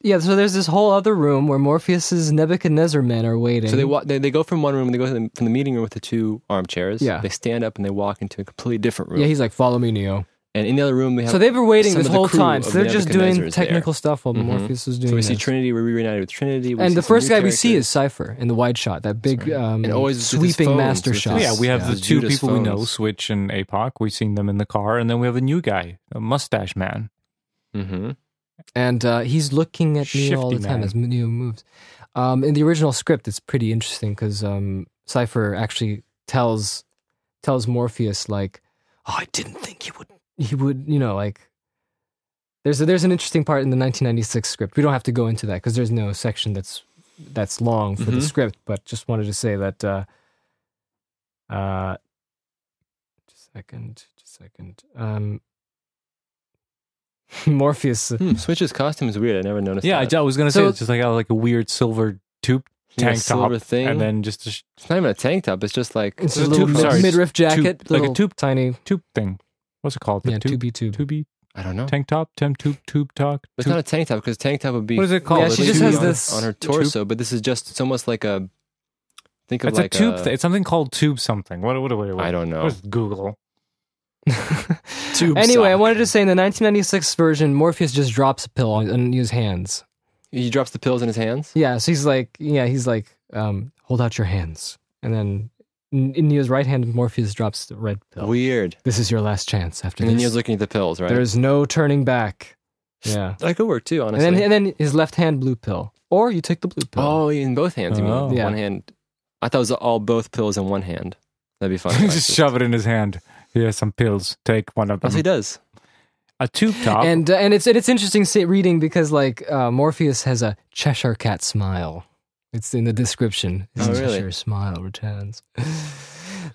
Speaker 1: Yeah, so there's this whole other room where Morpheus's Nebuchadnezzar men are waiting.
Speaker 2: So they, wa- they they go from one room, they go to the, from the meeting room with the two armchairs.
Speaker 1: Yeah.
Speaker 2: They stand up and they walk into a completely different room.
Speaker 1: yeah, he's like, "Follow me, Neo."
Speaker 2: And in the other room, they have.
Speaker 1: So they were waiting
Speaker 2: some
Speaker 1: this
Speaker 2: of the
Speaker 1: whole
Speaker 2: crew
Speaker 1: time.
Speaker 2: of
Speaker 1: So they're
Speaker 2: the
Speaker 1: just doing
Speaker 2: Nebuchadnezzar is there.
Speaker 1: technical stuff while
Speaker 2: Mhm.
Speaker 1: Morpheus is doing
Speaker 2: so we
Speaker 1: this.
Speaker 2: see Trinity. We're reunited with Trinity. we see
Speaker 1: and the
Speaker 2: some
Speaker 1: first
Speaker 2: new
Speaker 1: guy we see
Speaker 2: characters.
Speaker 1: is Cypher in the wide shot, that big
Speaker 2: right.
Speaker 1: um,
Speaker 2: And always with his
Speaker 1: sweeping
Speaker 2: phones,
Speaker 1: master
Speaker 2: with his-
Speaker 1: shot.
Speaker 3: yeah, we have
Speaker 2: Yeah.
Speaker 3: the two
Speaker 2: Judas
Speaker 3: people we know,
Speaker 2: phones.
Speaker 3: Switch and Apoc. We've seen them in the car, and then we have a new guy, a mustache man. Mm-hmm.
Speaker 2: Mhm.
Speaker 1: and uh, he's looking at Neo all the
Speaker 3: Shifty
Speaker 1: time
Speaker 3: man.
Speaker 1: as Neo moves. Um, in the original script, it's pretty interesting because um, Cipher actually tells tells Morpheus like, "Oh, I didn't think he would. He would, you know, like." There's a, there's an interesting part in the 1996 script. We don't have to go into that because there's no section that's that's long for
Speaker 3: Mm-hmm.
Speaker 1: the
Speaker 2: Mhm.
Speaker 1: script. But just wanted to say that. Uh, uh, just a second, just a second. Um, [laughs] Morpheus.
Speaker 2: Hmm, Switch's costume is weird. I never noticed.
Speaker 3: Yeah, I,
Speaker 2: that.
Speaker 3: I was gonna say
Speaker 1: So-
Speaker 3: it's just like a, like a weird silver tube
Speaker 2: Yeah,
Speaker 3: tank
Speaker 2: silver
Speaker 3: top,
Speaker 2: thing.
Speaker 3: and then just a sh-
Speaker 2: it's not even a tank top. It's just like
Speaker 1: It's
Speaker 3: a
Speaker 1: a
Speaker 3: little
Speaker 1: little
Speaker 3: tube, sorry,
Speaker 1: midriff jacket,
Speaker 3: like a
Speaker 1: little
Speaker 3: tube.
Speaker 1: tiny,
Speaker 3: tube thing. What's it called? The
Speaker 1: yeah,
Speaker 3: tube,
Speaker 1: tubey tube. [laughs]
Speaker 3: tubey
Speaker 2: I don't know.
Speaker 3: tank top, temp tube, tube talk.
Speaker 2: But it's
Speaker 3: tube-
Speaker 2: not a tank top because tank top would be.
Speaker 3: what is it called?
Speaker 1: Yeah,
Speaker 2: It's
Speaker 1: she
Speaker 2: like
Speaker 1: just
Speaker 2: tube
Speaker 1: has
Speaker 2: on,
Speaker 1: this
Speaker 2: on her
Speaker 3: tube.
Speaker 2: torso, but this is just it's almost like a. Think of
Speaker 3: It's
Speaker 2: like uh,
Speaker 3: a tube. thi- it's something called tube something. What? What? What? what
Speaker 2: I don't know.
Speaker 3: What's Google? [laughs]
Speaker 2: Tube
Speaker 1: anyway, I
Speaker 2: sock.
Speaker 1: wanted to say in the 1996 version, Morpheus just drops a pill on, on his hands.
Speaker 2: He drops the pills in his hands.
Speaker 1: Yeah, so he's like, yeah, he's like, um, hold out your hands, and then in in Neo's right hand, Morpheus drops the red pill.
Speaker 2: Weird.
Speaker 1: this is your last chance. After
Speaker 2: And then
Speaker 1: this,
Speaker 2: he was looking at the pills, right?
Speaker 1: there's no turning back. Yeah,
Speaker 2: that could work too,
Speaker 1: and
Speaker 2: honestly.
Speaker 1: then and then his left hand blue pill, or you take the blue pill.
Speaker 2: oh, in both hands. You mean
Speaker 3: Oh.
Speaker 2: yeah.
Speaker 1: Yeah.
Speaker 2: one hand? I thought it was all both pills in one hand.
Speaker 1: [laughs]
Speaker 2: That'd be fun.
Speaker 3: just shove it in his hand. Here's some pills. Take one of
Speaker 2: That's what he
Speaker 3: them.
Speaker 2: does.
Speaker 3: A tube top.
Speaker 1: and uh, and it's it's interesting se- reading because like uh, Morpheus has a Cheshire cat smile. It's in the description. His
Speaker 2: Oh, really?
Speaker 1: Cheshire smile returns.
Speaker 2: What,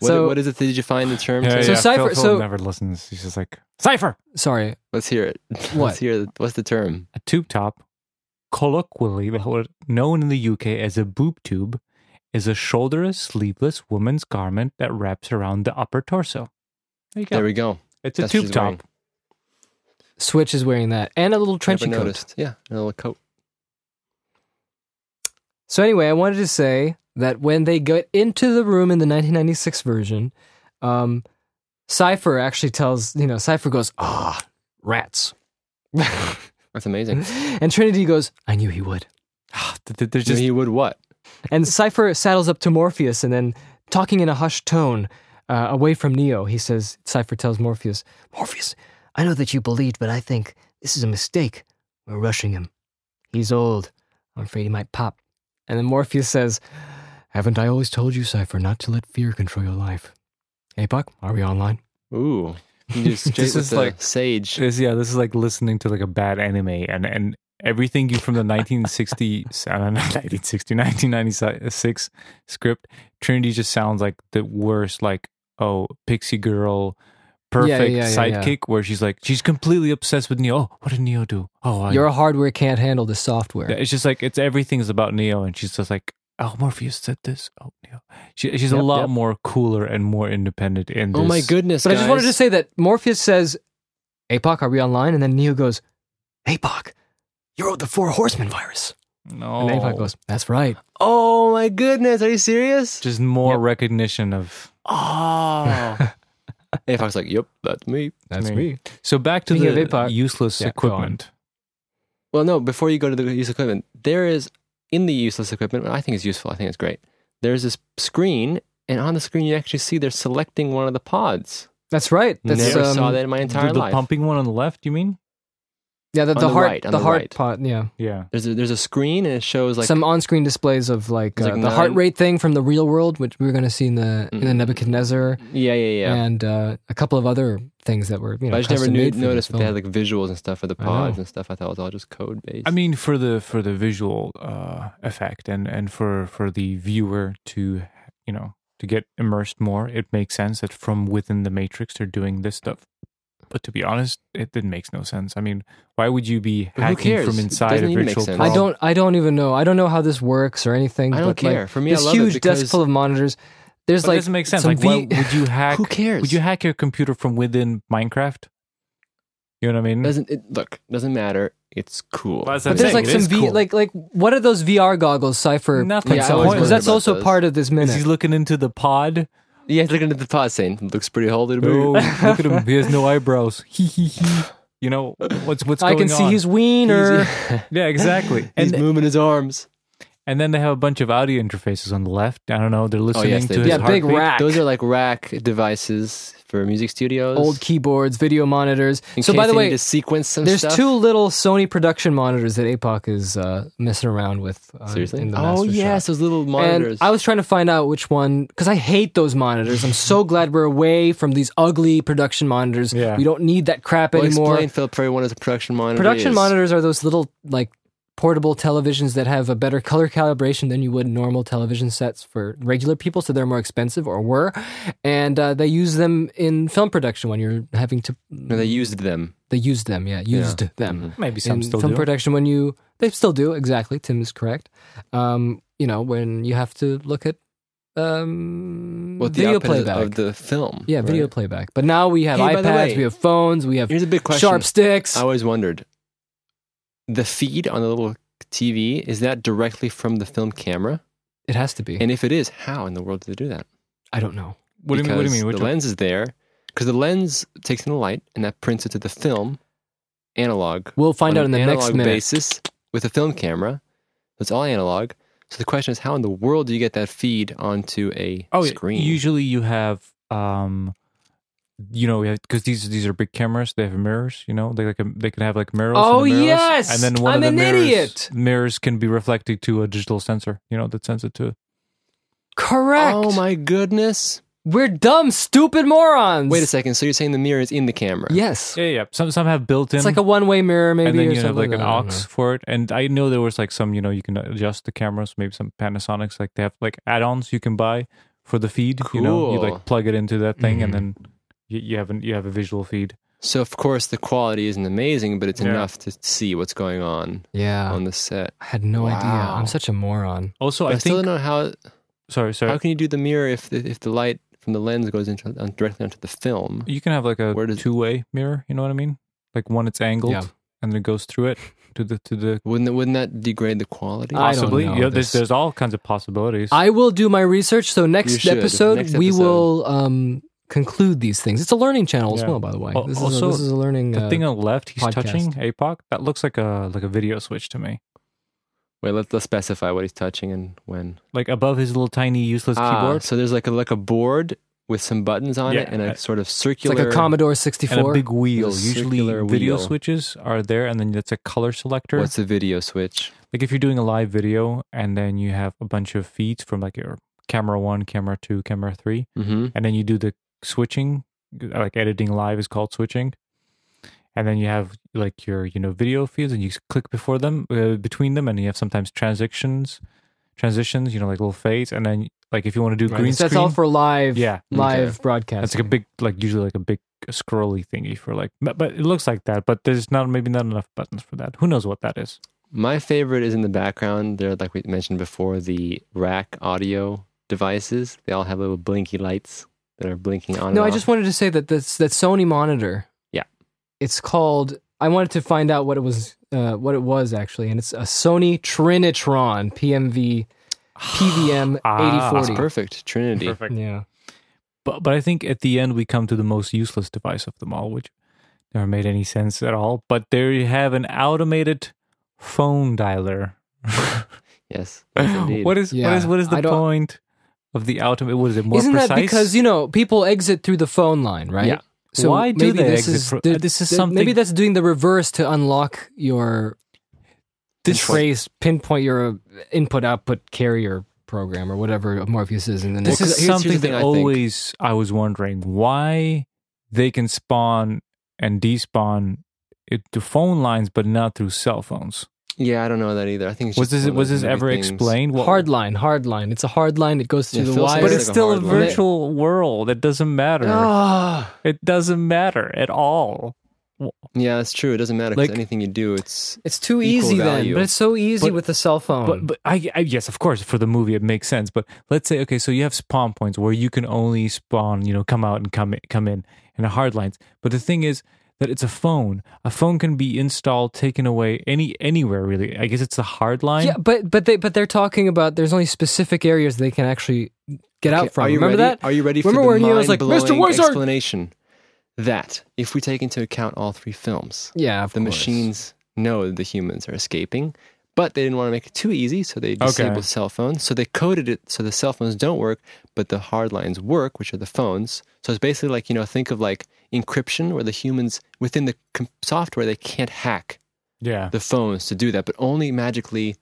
Speaker 1: so
Speaker 2: what is it? that Did you find the term?
Speaker 3: yeah,
Speaker 2: to-
Speaker 1: so
Speaker 3: yeah,
Speaker 1: Cypher-
Speaker 3: Phil, Phil
Speaker 1: so-
Speaker 3: never listens. He's just like Cipher.
Speaker 1: sorry.
Speaker 2: Let's hear it. [laughs] Let's
Speaker 1: What?
Speaker 2: hear it. What's the term?
Speaker 3: A tube top, colloquially known in the UK as a boob tube, is a shoulderless, sleeveless woman's garment that wraps around the upper torso. There you go.
Speaker 2: There we go.
Speaker 3: it's a
Speaker 2: That's
Speaker 3: tube
Speaker 2: just
Speaker 3: top.
Speaker 2: wearing-
Speaker 1: Switch is wearing that and a little trenchy
Speaker 2: Never
Speaker 1: coat.
Speaker 2: noticed. Yeah, a little
Speaker 1: [laughs]
Speaker 2: coat.
Speaker 1: So anyway, I wanted to say that when they get into the room in the 1996 version, um, Cipher actually tells you know Cipher goes ah rats,
Speaker 2: That's amazing.
Speaker 1: and Trinity goes I knew he would.
Speaker 3: [sighs] Th- th- There's
Speaker 2: Just,
Speaker 3: just
Speaker 2: he would what?
Speaker 1: And Cypher saddles up to Morpheus and then, talking in a hushed tone, uh, away from Neo, he says, Cypher tells Morpheus, Morpheus, I know that you believed, but I think this is a mistake. We're rushing him. He's old. I'm afraid he might pop. And then Morpheus says, Haven't I always told you, Cypher, not to let fear control your life? Hey, Buck, are we online?
Speaker 2: Ooh. He [laughs] just straight
Speaker 3: This
Speaker 2: with
Speaker 3: is
Speaker 2: the
Speaker 3: like-
Speaker 2: sage.
Speaker 3: This, yeah, this is like listening to like a bad anime, and and everything you from the 1960s, [laughs] uh, not 1960, 1996 script, Trinity just sounds like the worst, like oh, pixie girl, perfect
Speaker 1: yeah, yeah, yeah.
Speaker 3: sidekick, where she's like she's completely obsessed with Neo. Oh, what did Neo do? Oh, I,
Speaker 1: Your hardware can't handle the software.
Speaker 3: it's just like it's everything's about Neo, and she's just like. Oh, Morpheus said this. Oh, Neo. She, she's a
Speaker 1: Yep,
Speaker 3: lot
Speaker 1: yep.
Speaker 3: more cooler and more independent in this.
Speaker 2: Oh my goodness.
Speaker 1: But I just wanted
Speaker 2: guys.
Speaker 1: to say that Morpheus says, Apoc, are we online? And then Neo goes, Apoc, you're the four horsemen virus.
Speaker 3: No.
Speaker 1: And Apoc goes, That's right.
Speaker 2: Oh my goodness. Are you serious?
Speaker 3: Just more
Speaker 1: Yep.
Speaker 3: recognition of
Speaker 2: Oh. [laughs] and Fox's like, yep, that's me.
Speaker 3: That's me. So back to
Speaker 1: Speaking
Speaker 3: the
Speaker 1: of Apoc-
Speaker 3: useless
Speaker 1: Yeah, go on.
Speaker 3: equipment.
Speaker 2: Well, no, before you go to the use of equipment, there is in the useless equipment, I think it's useful. I think it's great. There's this screen, and on the screen, you actually see they're selecting one of the pods.
Speaker 1: That's right. That's
Speaker 2: Never
Speaker 1: um,
Speaker 2: saw that in my entire
Speaker 3: the, the
Speaker 2: life.
Speaker 3: pumping one on the left, you mean?
Speaker 1: Yeah, the,
Speaker 2: On
Speaker 1: the,
Speaker 2: the
Speaker 1: heart,
Speaker 2: right,
Speaker 1: the,
Speaker 2: on the
Speaker 1: heart
Speaker 2: right.
Speaker 1: pot. Yeah,
Speaker 3: Yeah.
Speaker 2: There's a, there's a screen, and it shows like
Speaker 1: some on-screen displays of like,
Speaker 2: It's
Speaker 1: uh,
Speaker 2: like
Speaker 1: the heart
Speaker 2: nine-
Speaker 1: rate thing from the real world, which we were going to see in the in the
Speaker 2: Mm.
Speaker 1: Nebuchadnezzar,
Speaker 2: yeah, yeah, yeah.
Speaker 1: and uh, a couple of other things that were you
Speaker 2: But
Speaker 1: know.
Speaker 2: I just never
Speaker 1: custom
Speaker 2: knew,
Speaker 1: made for
Speaker 2: noticed
Speaker 1: this
Speaker 2: that they had
Speaker 1: film.
Speaker 2: like visuals and stuff for the
Speaker 3: I
Speaker 2: pods
Speaker 3: know.
Speaker 2: and stuff. I thought it was all just code based.
Speaker 3: I mean for the for the visual uh, effect and and for for the viewer to you know to get immersed more, it makes sense that from within the matrix they're doing this stuff. But to be honest, it, it makes no sense. I mean, why would you be
Speaker 2: Who
Speaker 3: hacking
Speaker 2: cares?
Speaker 3: from
Speaker 2: It
Speaker 3: inside
Speaker 2: doesn't
Speaker 3: a
Speaker 2: even make
Speaker 3: virtual?
Speaker 2: sense.
Speaker 3: pro-
Speaker 1: I don't. I don't even know. I don't know how this works or anything.
Speaker 2: I don't
Speaker 1: but, like,
Speaker 2: care. for me, I
Speaker 1: this
Speaker 2: love
Speaker 1: huge
Speaker 2: it because
Speaker 1: desk full of monitors. There's
Speaker 3: But
Speaker 1: like
Speaker 3: it doesn't make sense.
Speaker 1: some
Speaker 3: Like, why
Speaker 1: V-
Speaker 2: [laughs]
Speaker 3: would you hack?
Speaker 2: who cares?
Speaker 3: Would you hack your computer from within Minecraft? You know what I mean?
Speaker 2: doesn't it, look? Doesn't matter. It's cool.
Speaker 3: Well,
Speaker 1: [laughs]
Speaker 3: that's
Speaker 1: But
Speaker 3: the
Speaker 1: there's like
Speaker 3: thing. It
Speaker 1: some
Speaker 3: is
Speaker 1: V,
Speaker 3: cool.
Speaker 1: like like what are those VR goggles? Cipher.
Speaker 3: Nothing.
Speaker 2: Yeah, I
Speaker 1: so
Speaker 2: always
Speaker 1: pointless.
Speaker 2: wondered
Speaker 1: That's
Speaker 2: about
Speaker 1: also
Speaker 2: those.
Speaker 1: part of this
Speaker 3: Is he
Speaker 1: minute.
Speaker 3: looking into the pod?
Speaker 2: Yeah, looking at the pot saying, looks pretty holy to me.
Speaker 3: Oh, look at him. He has no eyebrows. He he he. You know what's what's
Speaker 1: I can
Speaker 3: going
Speaker 1: see
Speaker 3: on?
Speaker 1: his wiener.
Speaker 3: yeah, exactly.
Speaker 2: [laughs] He's
Speaker 3: And
Speaker 2: moving his arms.
Speaker 3: and then they have a bunch of audio interfaces on the left. I don't know. They're listening
Speaker 2: Oh, yes, they
Speaker 3: to
Speaker 2: do.
Speaker 3: his
Speaker 1: yeah, big
Speaker 3: heartbeat.
Speaker 1: rack.
Speaker 2: Those are like rack devices for music studios.
Speaker 1: old keyboards, video monitors.
Speaker 2: In
Speaker 1: so
Speaker 2: case
Speaker 1: by the
Speaker 2: they
Speaker 1: way,
Speaker 2: need to sequence some
Speaker 1: There's
Speaker 2: stuff.
Speaker 1: two little Sony production monitors that APOC is uh, messing around with. Uh,
Speaker 2: Seriously?
Speaker 1: In the
Speaker 2: oh
Speaker 1: master
Speaker 2: yes,
Speaker 1: shop.
Speaker 2: those little monitors.
Speaker 1: And I was trying to find out which one because I hate those monitors. I'm so glad we're away from these ugly production monitors.
Speaker 3: Yeah.
Speaker 1: We don't need that crap
Speaker 2: well,
Speaker 1: anymore.
Speaker 2: explain, Philip, for everyone, as a production monitor.
Speaker 1: Production
Speaker 2: is.
Speaker 1: monitors are those little like portable televisions that have a better color calibration than you would normal television sets for regular people, so they're more expensive or were, and uh, they use them in film production when you're having to.
Speaker 2: No, they used them.
Speaker 1: They used them, yeah, used them
Speaker 2: Mm-hmm.
Speaker 3: Maybe some
Speaker 1: in
Speaker 3: still
Speaker 1: film
Speaker 3: do.
Speaker 1: production when you they still do exactly tim is correct um you know when you have to look at um
Speaker 2: What the
Speaker 1: video
Speaker 2: output is
Speaker 1: playback
Speaker 2: of the film?
Speaker 1: yeah video
Speaker 2: right?
Speaker 1: playback but now we have
Speaker 2: Hey, by the
Speaker 1: ipads
Speaker 2: way,
Speaker 1: we have phones we have
Speaker 2: Here's a big question.
Speaker 1: sharp sticks
Speaker 2: I always wondered. The feed on the little TV is that directly from the film camera?
Speaker 1: it has to be
Speaker 2: And if it is, how in the world do they do that?
Speaker 1: i don't know
Speaker 3: What do you mean? What do
Speaker 2: Because
Speaker 3: you mean? Which
Speaker 2: the
Speaker 3: one?
Speaker 2: lens is there because the lens takes in the light and that prints it to the film analog.
Speaker 1: we'll find
Speaker 2: on
Speaker 1: out in
Speaker 2: an
Speaker 1: the
Speaker 2: analog
Speaker 1: next minute
Speaker 2: basis with a film camera. It's all analog. So the question is, how in the world do you get that feed onto a
Speaker 3: Oh, yeah.
Speaker 2: screen?
Speaker 3: usually you have, um, you know, because these these are big cameras. They have mirrors. You know, they like a, they can have like mirrors. and
Speaker 1: Oh,
Speaker 3: the mirrorless,
Speaker 1: yes!
Speaker 3: and then one
Speaker 1: I'm
Speaker 3: of the
Speaker 1: an
Speaker 3: mirrors,
Speaker 1: idiot!
Speaker 3: Mirrors can be reflected to a digital sensor. You know, that sends it to.
Speaker 1: correct
Speaker 2: Oh my goodness!
Speaker 1: we're dumb stupid morons
Speaker 2: Wait a second. So you're saying the mirror is in the camera?
Speaker 1: yes
Speaker 3: Yeah, yeah, yeah. Some some have built in.
Speaker 1: it's like a one-way mirror maybe
Speaker 3: and then
Speaker 1: or
Speaker 3: you have
Speaker 1: something.
Speaker 3: like an
Speaker 1: I don't
Speaker 3: aux for it. And I know there was like some, you know, you can adjust the cameras. Maybe some Panasonic's like they have like add-ons you can buy for the feed. You know, you
Speaker 2: Cool.
Speaker 3: like plug it into that thing,
Speaker 1: Mhm.
Speaker 3: and then you, you have an, you have a visual feed.
Speaker 2: So of course the quality isn't amazing, but it's
Speaker 3: Yeah.
Speaker 2: enough to see what's going on
Speaker 1: know. yeah
Speaker 2: on the set.
Speaker 1: i had no idea
Speaker 2: Wow.
Speaker 1: i'm such a moron
Speaker 3: Also,
Speaker 2: But
Speaker 3: I,
Speaker 2: I, still
Speaker 3: think
Speaker 2: don't know how.
Speaker 3: sorry, sorry.
Speaker 2: How can you do the mirror if the, if the light from the lens goes into on, directly onto the film?
Speaker 3: you can have like a
Speaker 2: Where does-
Speaker 3: two-way mirror. You know what I mean? Like one, it's angled,
Speaker 1: Yeah.
Speaker 3: and then it goes through it to the to the
Speaker 2: Wouldn't wouldn't that degrade the quality?
Speaker 1: [laughs] I don't
Speaker 3: possibly.
Speaker 1: know
Speaker 3: yeah, there's
Speaker 1: this.
Speaker 3: there's all kinds of possibilities.
Speaker 1: I will do my research. So
Speaker 2: You
Speaker 1: next
Speaker 2: should.
Speaker 1: episode,
Speaker 2: Next
Speaker 1: we
Speaker 2: episode.
Speaker 1: will um, conclude these things. It's a learning channel as
Speaker 3: Yeah.
Speaker 1: well, by the way.
Speaker 3: Al-
Speaker 1: This, is, a,
Speaker 3: also,
Speaker 1: this is a learning.
Speaker 3: the
Speaker 1: uh,
Speaker 3: thing on the left, he's
Speaker 1: podcast.
Speaker 3: touching APOC. That looks like a like a video switch to me.
Speaker 2: Wait, let's let's specify what he's touching and when.
Speaker 3: Like above his little tiny useless
Speaker 2: Ah,
Speaker 3: keyboard.
Speaker 2: So there's like a like a board with some buttons on it
Speaker 3: Yeah.
Speaker 2: and a sort of
Speaker 1: it's
Speaker 2: circular.
Speaker 1: like a Commodore
Speaker 3: and
Speaker 1: 64.
Speaker 3: a big wheel.
Speaker 2: There's a
Speaker 3: Usually,
Speaker 2: circular
Speaker 3: video
Speaker 2: wheel.
Speaker 3: switches are there, and then that's a color selector.
Speaker 2: What's the video switch?
Speaker 3: like if you're doing a live video, and then you have a bunch of feeds from like your camera one, camera two, camera three,
Speaker 2: Mm-hmm.
Speaker 3: and then you do the switching. Like editing live is called switching, and then you have like your you know video feeds, and you click before them, uh, between them, and you have sometimes transitions, transitions. You know, like little fades, and then like if you want to do
Speaker 1: Right,
Speaker 3: green
Speaker 1: so that's
Speaker 3: screen,
Speaker 1: all for live,
Speaker 3: yeah,
Speaker 1: live
Speaker 2: okay.
Speaker 1: broadcast.
Speaker 3: that's like a big, like usually like a big scrolly thingy for like, but, but it looks like that. But there's not maybe not enough buttons for that. Who knows what that
Speaker 1: [sighs]
Speaker 3: is?
Speaker 2: My favorite is in the background. They're like we mentioned before the rack audio devices. They all have little blinky lights that are blinking on. and
Speaker 1: No, I
Speaker 2: off.
Speaker 1: just wanted to say that this that Sony monitor.
Speaker 2: Yeah.
Speaker 1: It's called. I wanted to find out what it was. Uh, what it was actually, and it's a Sony Trinitron PMV PVM
Speaker 3: Ah.
Speaker 2: That's
Speaker 1: 8040.
Speaker 2: perfect. Trinity.
Speaker 1: yeah.
Speaker 3: But but I think at the end we come to the most useless device of them all, which never made any sense at all. But there you have an automated phone dialer. [laughs]
Speaker 1: [laughs]
Speaker 2: Yes. yes, indeed.
Speaker 3: What is what
Speaker 1: Yeah,
Speaker 3: is what is
Speaker 1: I
Speaker 3: the
Speaker 1: don't-
Speaker 3: point of the automated? What is it more
Speaker 1: Isn't
Speaker 3: precise?
Speaker 1: that because you know people exit through the phone line, right?
Speaker 2: Yeah.
Speaker 1: So
Speaker 3: Why do
Speaker 1: maybe
Speaker 3: they
Speaker 1: this
Speaker 3: exit
Speaker 1: is
Speaker 3: fro- uh,
Speaker 1: they're-
Speaker 3: this is
Speaker 1: they're-
Speaker 3: something-
Speaker 1: Maybe that's doing the reverse to unlock your
Speaker 2: This-
Speaker 1: trace pinpoint your uh, input output carrier program or whatever Morpheus is in the next.
Speaker 3: this
Speaker 2: Well, here's-
Speaker 3: is
Speaker 2: here's the
Speaker 3: something
Speaker 2: thing
Speaker 3: that
Speaker 2: I think.
Speaker 3: always I was wondering why they can spawn and despawn it to phone lines, but not through cell phones.
Speaker 2: Yeah, I don't know that either. I think it's
Speaker 3: Was
Speaker 2: just
Speaker 3: this
Speaker 2: one of
Speaker 3: was
Speaker 2: those
Speaker 3: this
Speaker 2: movie
Speaker 3: ever
Speaker 2: things.
Speaker 3: explained? What-
Speaker 1: hard line, hard line. It's a hard line. It goes through
Speaker 2: Yeah,
Speaker 1: the
Speaker 2: Phil says
Speaker 1: wire.
Speaker 3: but
Speaker 2: It's
Speaker 3: it's
Speaker 2: like a
Speaker 3: still a,
Speaker 2: hard Oh. line.
Speaker 3: virtual world. It doesn't matter. [sighs]
Speaker 1: Ah,
Speaker 3: It doesn't matter at all.
Speaker 2: Yeah, that's true. It doesn't matter because
Speaker 3: Like-
Speaker 2: anything you do, it's
Speaker 1: it's too
Speaker 2: Equal
Speaker 1: easy then,
Speaker 2: value.
Speaker 1: but it's so easy
Speaker 3: But-
Speaker 1: with the cell phone.
Speaker 3: But but I, I yes, of course, for the movie it makes sense. But let's say okay, so you have spawn points where you can only spawn, you know, come out and come in, come in and the hard lines. But the thing is that it's a phone. A phone can be installed, taken away any anywhere really. I guess it's the hard line.
Speaker 1: yeah, but but they but they're talking about there's only specific areas they can actually Get Out
Speaker 2: Okay,
Speaker 1: from.
Speaker 2: Are you
Speaker 1: Remember
Speaker 2: ready?
Speaker 1: that?
Speaker 2: Are you ready
Speaker 1: Remember
Speaker 2: for
Speaker 1: where
Speaker 2: the
Speaker 1: Neo's like, "Mr.
Speaker 2: mind-blowing
Speaker 1: Wizard!"
Speaker 2: explanation? That if we take into account all three films,
Speaker 1: Yeah, of
Speaker 2: the
Speaker 1: course.
Speaker 2: machines know that the humans are escaping, but they didn't want to make it too easy, so they disabled cell phones. So they coded it so the cell phones don't work, but the hard lines work, which are the phones. So it's basically like you know, think of like encryption, where the humans within the com- software they can't hack
Speaker 3: Yeah.
Speaker 2: the phones to do that, but only magically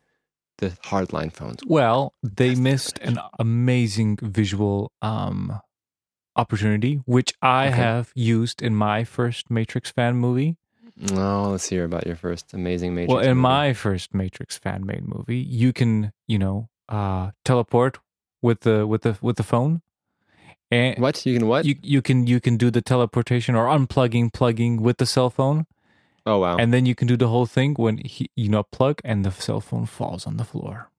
Speaker 2: the hardline phones.
Speaker 3: Well, they
Speaker 2: That's the
Speaker 3: missed an amazing visual um, opportunity, which I
Speaker 2: Okay.
Speaker 3: have used in my first Matrix fan movie.
Speaker 2: No, Oh, let's hear about your first amazing Matrix.
Speaker 3: well, in
Speaker 2: movie.
Speaker 3: my first Matrix fan made movie, you can you know uh, teleport with the with the with the phone, and
Speaker 2: what you can what?
Speaker 3: you you can you can do the teleportation or unplugging plugging with the cell phone,
Speaker 2: oh wow!
Speaker 3: and then you can do the whole thing when he, you know plug and the cell phone falls on
Speaker 2: [sighs]
Speaker 3: the floor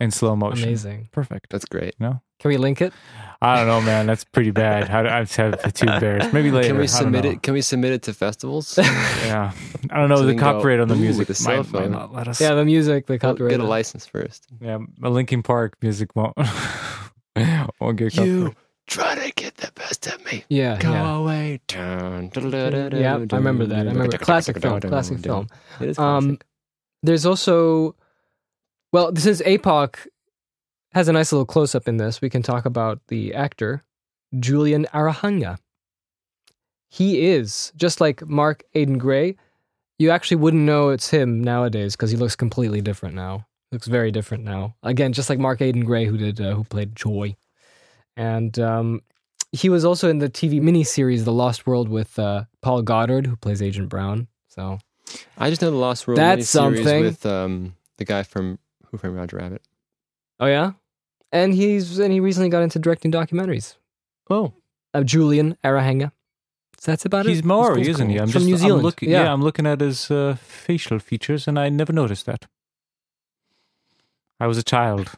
Speaker 3: in slow motion.
Speaker 1: Amazing.
Speaker 3: Perfect.
Speaker 2: That's great.
Speaker 1: Can we link it?
Speaker 3: I don't know, man. That's pretty bad. I, I just have the two
Speaker 2: [laughs]
Speaker 3: bears. Maybe later.
Speaker 2: Can
Speaker 3: I
Speaker 2: we
Speaker 3: don't
Speaker 2: submit
Speaker 3: know.
Speaker 2: it? Can we submit it to festivals?
Speaker 3: Yeah, I don't know.
Speaker 2: So
Speaker 3: the
Speaker 2: we can go,
Speaker 3: copyright on the
Speaker 2: "Ooh,
Speaker 3: music
Speaker 2: with the cell
Speaker 3: might, might
Speaker 2: phone."
Speaker 3: not let us.
Speaker 1: Yeah, the music, the
Speaker 2: Well,
Speaker 1: [laughs] copyright.
Speaker 2: Get a license first.
Speaker 3: yeah. A Linkin Park music won't [laughs] won't get copyright.
Speaker 2: You try to get the best of me.
Speaker 1: Yeah,
Speaker 2: Go
Speaker 1: yeah.
Speaker 2: away. Dun, dun, dun, dun, dun,
Speaker 1: Yeah,
Speaker 2: dun,
Speaker 1: I remember that. I
Speaker 2: dun,
Speaker 1: remember
Speaker 2: dun,
Speaker 1: classic
Speaker 2: dun,
Speaker 1: film,
Speaker 2: dun,
Speaker 1: classic
Speaker 2: dun,
Speaker 1: film.
Speaker 2: dun. It is
Speaker 1: Um,
Speaker 2: classic.
Speaker 1: There's also, well, since APOC has a nice little close up in this, we can talk about the actor, Julian Arahanga. He is, just like Mark Aiden Gray, you actually wouldn't know it's him nowadays because he looks completely different now. Looks very different now. Again, just like Mark Aiden Gray, who did uh, who played Joy, and um, he was also in the TV miniseries The Lost World with uh, Paul Goddard, who plays Agent Brown. So
Speaker 2: I just know the Lost World.
Speaker 1: That's
Speaker 2: miniseries
Speaker 1: something.
Speaker 2: with um, the guy from Who Framed Roger Rabbit.
Speaker 1: Oh yeah, and he's and he recently got into directing documentaries.
Speaker 2: Oh,
Speaker 1: Uh, Julian Arahanga. So that's about
Speaker 3: He's
Speaker 1: it.
Speaker 3: Maori,
Speaker 1: It's
Speaker 3: isn't he? I'm
Speaker 1: From
Speaker 3: just
Speaker 1: New
Speaker 3: I'm
Speaker 1: Zealand.
Speaker 3: looking,
Speaker 1: yeah.
Speaker 3: I'm looking at his uh, facial features, and I never noticed that. I was a child,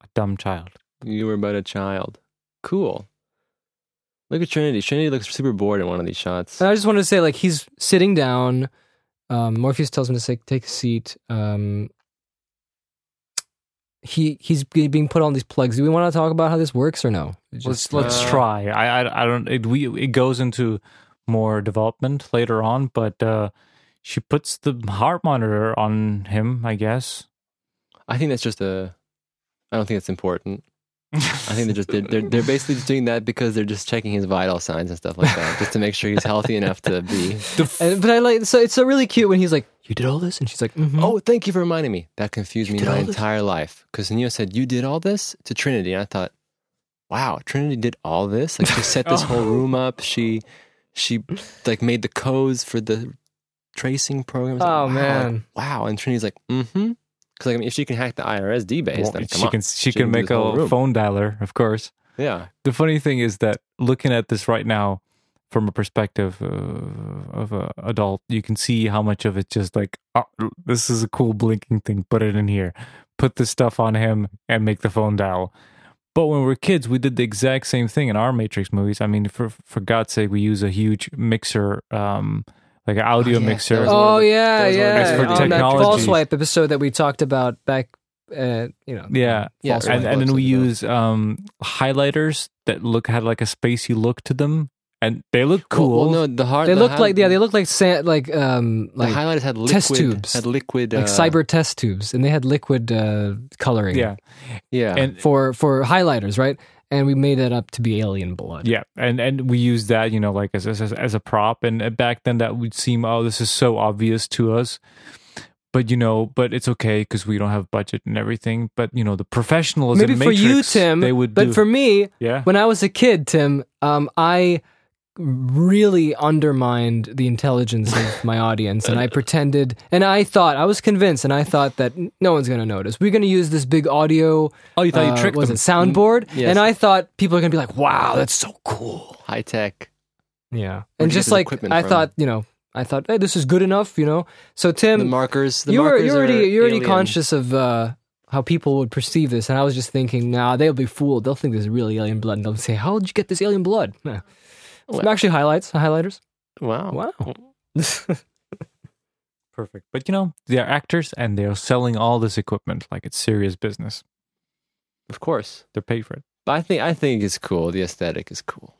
Speaker 3: a dumb child.
Speaker 2: you were but a child. Cool. Cool. Look at Trinity. Trinity looks super bored in one of these shots.
Speaker 1: And I just wanted to say, like, he's sitting down. Um, Morpheus tells him to say, take a seat. Um, he he's be- being put on these plugs. Do we want to talk about how this works or no? It's
Speaker 3: let's
Speaker 1: just-
Speaker 3: let's
Speaker 2: uh,
Speaker 3: try. I, I I don't. It we it goes into more development later on, but uh, she puts the heart monitor on him. I guess.
Speaker 2: I think that's just a. I don't think that's important. I think they're just they're, they're
Speaker 3: [laughs]
Speaker 2: they're basically just doing that because they're just checking his vital signs and stuff like that, just to make sure he's healthy enough to
Speaker 3: [laughs]
Speaker 2: be.
Speaker 1: And- but I like so it's so really cute when he's like, "You did all this," and she's like, "Mhm."
Speaker 2: Oh, thank you for reminding me. That confused me
Speaker 1: did
Speaker 2: my
Speaker 1: all this?
Speaker 2: entire life because Neo said you did all this to Trinity, and I thought, wow, Trinity did all this. Like she set this
Speaker 3: [laughs]
Speaker 2: whole room up. She she like made the codes for the tracing program. It's like,
Speaker 1: Oh,
Speaker 2: wow, like,
Speaker 1: man.
Speaker 2: wow! And Trinity's like, mm-hmm. Because like I mean, if she can hack the IRS D base, then come
Speaker 3: she
Speaker 2: on.
Speaker 3: can she,
Speaker 2: can
Speaker 3: can
Speaker 2: do
Speaker 3: make
Speaker 2: the
Speaker 3: a
Speaker 2: whole room.
Speaker 3: phone dialer, of course.
Speaker 2: yeah,
Speaker 3: The funny thing is that looking at this right now from a perspective uh, of an adult, you can see how much of it just like oh, this is a cool blinking thing. Put it in here, put this stuff on him, and make the phone dial. But when we were kids, we did the exact same thing in our Matrix movies. I mean, for for God's sake, we use a huge mixer, um, like an audio
Speaker 2: Oh, yeah,
Speaker 3: mixer.
Speaker 2: that was one
Speaker 1: Oh
Speaker 2: of the-
Speaker 1: yeah,
Speaker 2: that was one of
Speaker 1: yeah.
Speaker 2: the
Speaker 1: on
Speaker 3: Expert
Speaker 1: that
Speaker 3: technology.
Speaker 1: false wipe episode that we talked about back, uh, you know.
Speaker 3: Yeah.
Speaker 2: Yeah,
Speaker 1: false
Speaker 2: right.
Speaker 3: and,
Speaker 1: wipe.
Speaker 3: and then we
Speaker 2: Looks like it
Speaker 3: use um, highlighters that look had like a spacey look to them, and they look cool.
Speaker 2: Well, well, no, the hard
Speaker 1: They
Speaker 2: the
Speaker 1: looked
Speaker 2: high-
Speaker 1: like yeah, they looked like sand, like um,
Speaker 2: the
Speaker 1: like
Speaker 2: highlighters had liquid,
Speaker 1: test tubes.
Speaker 2: had liquid,
Speaker 1: like
Speaker 2: uh,
Speaker 1: cyber test tubes, and they had liquid uh, coloring.
Speaker 3: yeah,
Speaker 2: yeah,
Speaker 3: and
Speaker 1: for for highlighters, right? And we made that up to be alien blood.
Speaker 3: yeah, and and we use that you know like as as as a prop, and uh, back then that would seem oh this is so obvious to us, but you know but it's okay because we don't have budget and everything. But you know the professionals,
Speaker 1: Maybe
Speaker 3: in
Speaker 1: for you,
Speaker 3: Matrix,
Speaker 1: Tim,
Speaker 3: they would
Speaker 1: but
Speaker 3: do,
Speaker 1: for me,
Speaker 3: yeah.
Speaker 1: when I was a kid, Tim, um, I really undermined the intelligence of my audience,
Speaker 3: [laughs]
Speaker 1: and I pretended, and I thought I was convinced, and I thought that no one's going to notice. We're going to use this big audio.
Speaker 3: oh, you thought
Speaker 1: uh,
Speaker 3: you tricked
Speaker 1: was
Speaker 3: them. Mm,
Speaker 1: it soundboard?
Speaker 2: yes.
Speaker 1: And I thought people are going to be like, "Wow, that's so cool."
Speaker 2: high tech.
Speaker 1: Yeah,
Speaker 2: Where'd
Speaker 1: and
Speaker 2: you get
Speaker 1: just
Speaker 2: this
Speaker 1: like
Speaker 2: equipment
Speaker 1: I
Speaker 2: from?
Speaker 1: thought, you know, I thought, hey, this is good enough, you know. So Tim,
Speaker 2: the markers. The
Speaker 1: you were
Speaker 2: markers
Speaker 1: you're already
Speaker 2: are
Speaker 1: you're already
Speaker 2: alien.
Speaker 1: conscious of uh, how people would perceive this, and I was just thinking, nah, they'll be fooled. They'll think this is really alien blood, and they'll say, "How did you get this alien blood?" Nah. Some
Speaker 2: Well- oh,
Speaker 1: actually highlights, highlighters.
Speaker 2: Wow.
Speaker 1: Wow. [laughs]
Speaker 3: Perfect, but you know they are actors and they are selling all this equipment like it's serious business.
Speaker 2: Of course.
Speaker 3: They're paid for it.
Speaker 2: But I think I think it's cool. The aesthetic is cool.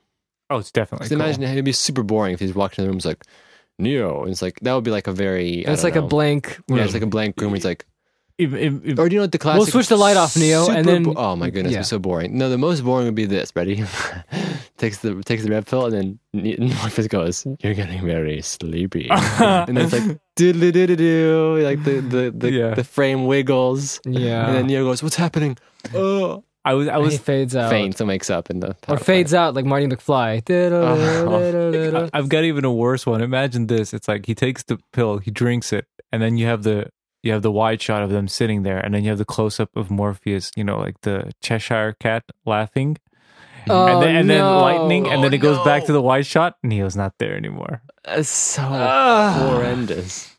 Speaker 3: Oh, it's
Speaker 2: 'Cause
Speaker 3: definitely. Cool.
Speaker 2: imagine it'd be super boring if he's walking in the room. It's like Neo. And it's like that would be like a very. I
Speaker 1: it's
Speaker 2: don't
Speaker 1: like a
Speaker 2: know.
Speaker 1: blank room.
Speaker 2: Yeah, it's like a blank room. Where it's like.
Speaker 3: If- if- if-
Speaker 2: Or do you know what the classic?
Speaker 1: switch the light off, Neo, and
Speaker 2: super
Speaker 1: then-
Speaker 2: bo- oh my goodness,
Speaker 1: yeah.
Speaker 2: it's so boring. No, the most boring would be this. Ready? [laughs] takes the takes the red pill, and then Ne- [laughs] Morpheus goes, "You're getting very
Speaker 3: [laughs]
Speaker 2: sleepy," and then it's like do do do do do, like the the the,
Speaker 3: Yeah.
Speaker 2: the frame wiggles,
Speaker 1: yeah.
Speaker 2: and then Neo goes, "What's happening?" Oh,
Speaker 3: I was, I
Speaker 1: And
Speaker 3: was
Speaker 1: he fades out.
Speaker 2: faints and wakes up in the
Speaker 1: Or
Speaker 2: power
Speaker 1: fades out like Marty McFly.
Speaker 2: [laughs] Oh. [laughs]
Speaker 3: I- I've got even a worse one. Imagine this: it's like he takes the pill, he drinks it, and then you have the you have the wide shot of them sitting there, and then you have the close up of Morpheus, you know, like the Cheshire cat laughing,
Speaker 1: Oh,
Speaker 3: and then and then
Speaker 1: no.
Speaker 3: lightning, and then
Speaker 2: Oh,
Speaker 3: it goes back
Speaker 2: no.
Speaker 3: to the wide shot. Neo's not there anymore.
Speaker 2: plant. That's so horrendous.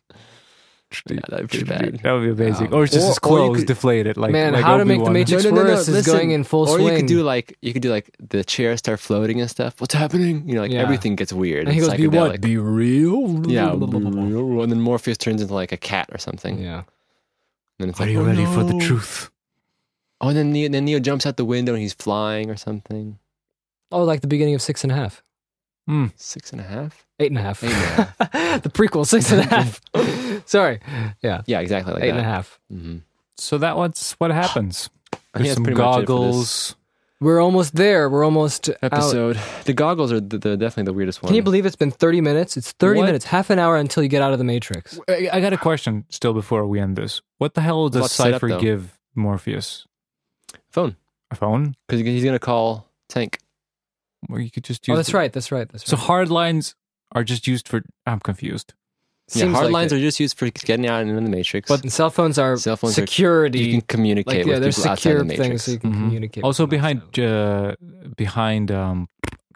Speaker 2: Yeah, that'd be bad.
Speaker 3: That would be amazing.
Speaker 2: Um,
Speaker 3: or it's just
Speaker 2: or-
Speaker 3: his
Speaker 2: or you
Speaker 3: clothes
Speaker 2: could-
Speaker 3: deflated, like
Speaker 1: Man,
Speaker 3: like
Speaker 1: how to make the
Speaker 3: Obi-Wan.
Speaker 1: Matrix worse is going in full
Speaker 2: or
Speaker 1: swing.
Speaker 2: you could do like you could do like the chairs start floating and stuff. What's happening? You know, like
Speaker 1: Yeah.
Speaker 2: everything gets weird.
Speaker 1: and he
Speaker 2: and
Speaker 1: goes, "Be what?
Speaker 2: psychedelic."
Speaker 1: Be real?" [laughs]
Speaker 2: Yeah, and then Morpheus turns into like a cat or something.
Speaker 1: yeah.
Speaker 2: And then it's
Speaker 3: Are
Speaker 2: like,
Speaker 3: you
Speaker 2: "Oh,
Speaker 3: ready for the
Speaker 2: no."
Speaker 3: truth?
Speaker 2: Oh, and then Neo, then Neo jumps out the window and he's flying or something.
Speaker 1: Oh, like the beginning of six and a half,
Speaker 2: Six and a half.
Speaker 1: eight and a half. [laughs]
Speaker 2: Eight and a half.
Speaker 1: the prequel, six
Speaker 2: [laughs]
Speaker 1: and a half. Sorry, yeah,
Speaker 2: Yeah, exactly like
Speaker 1: eight
Speaker 2: that.
Speaker 1: and a half.
Speaker 2: Mm-hmm.
Speaker 3: So that one's what [sighs]
Speaker 2: I
Speaker 3: happens.
Speaker 2: think
Speaker 3: There's
Speaker 2: that's
Speaker 3: some
Speaker 2: pretty much it for this
Speaker 3: goggles.
Speaker 1: We're almost there. We're almost out.
Speaker 2: episode. The goggles are the, the, definitely the weirdest one.
Speaker 1: Can you believe it's been thelive minutes? It's thirty
Speaker 3: What?
Speaker 1: minutes, half an hour until you get out of the Matrix.
Speaker 3: I I got a question still before we end this. What the hell
Speaker 2: Lots
Speaker 3: does
Speaker 2: to set up,
Speaker 3: Cypher
Speaker 2: though.
Speaker 3: give Morpheus?
Speaker 2: phone?
Speaker 3: A phone?
Speaker 2: Because he's gonna call Tank.
Speaker 3: Or you could just use.
Speaker 1: Oh, that's
Speaker 3: the-
Speaker 1: right. That's right. That's
Speaker 3: So
Speaker 1: right.
Speaker 3: hard lines are just used for. I'm confused.
Speaker 2: yeah, hard lines are just used for getting out and in the matrix.
Speaker 1: But cell phones are
Speaker 2: Cell phones are-
Speaker 1: security.
Speaker 2: you can communicate
Speaker 1: like yeah,
Speaker 2: with
Speaker 1: there's
Speaker 2: people outside
Speaker 1: secure
Speaker 2: the
Speaker 1: things
Speaker 2: matrix. Mm-hmm.
Speaker 1: so you can
Speaker 3: Mhm.
Speaker 1: communicate. with
Speaker 3: Also
Speaker 1: people
Speaker 3: behind
Speaker 1: outside.
Speaker 3: uh, behind um,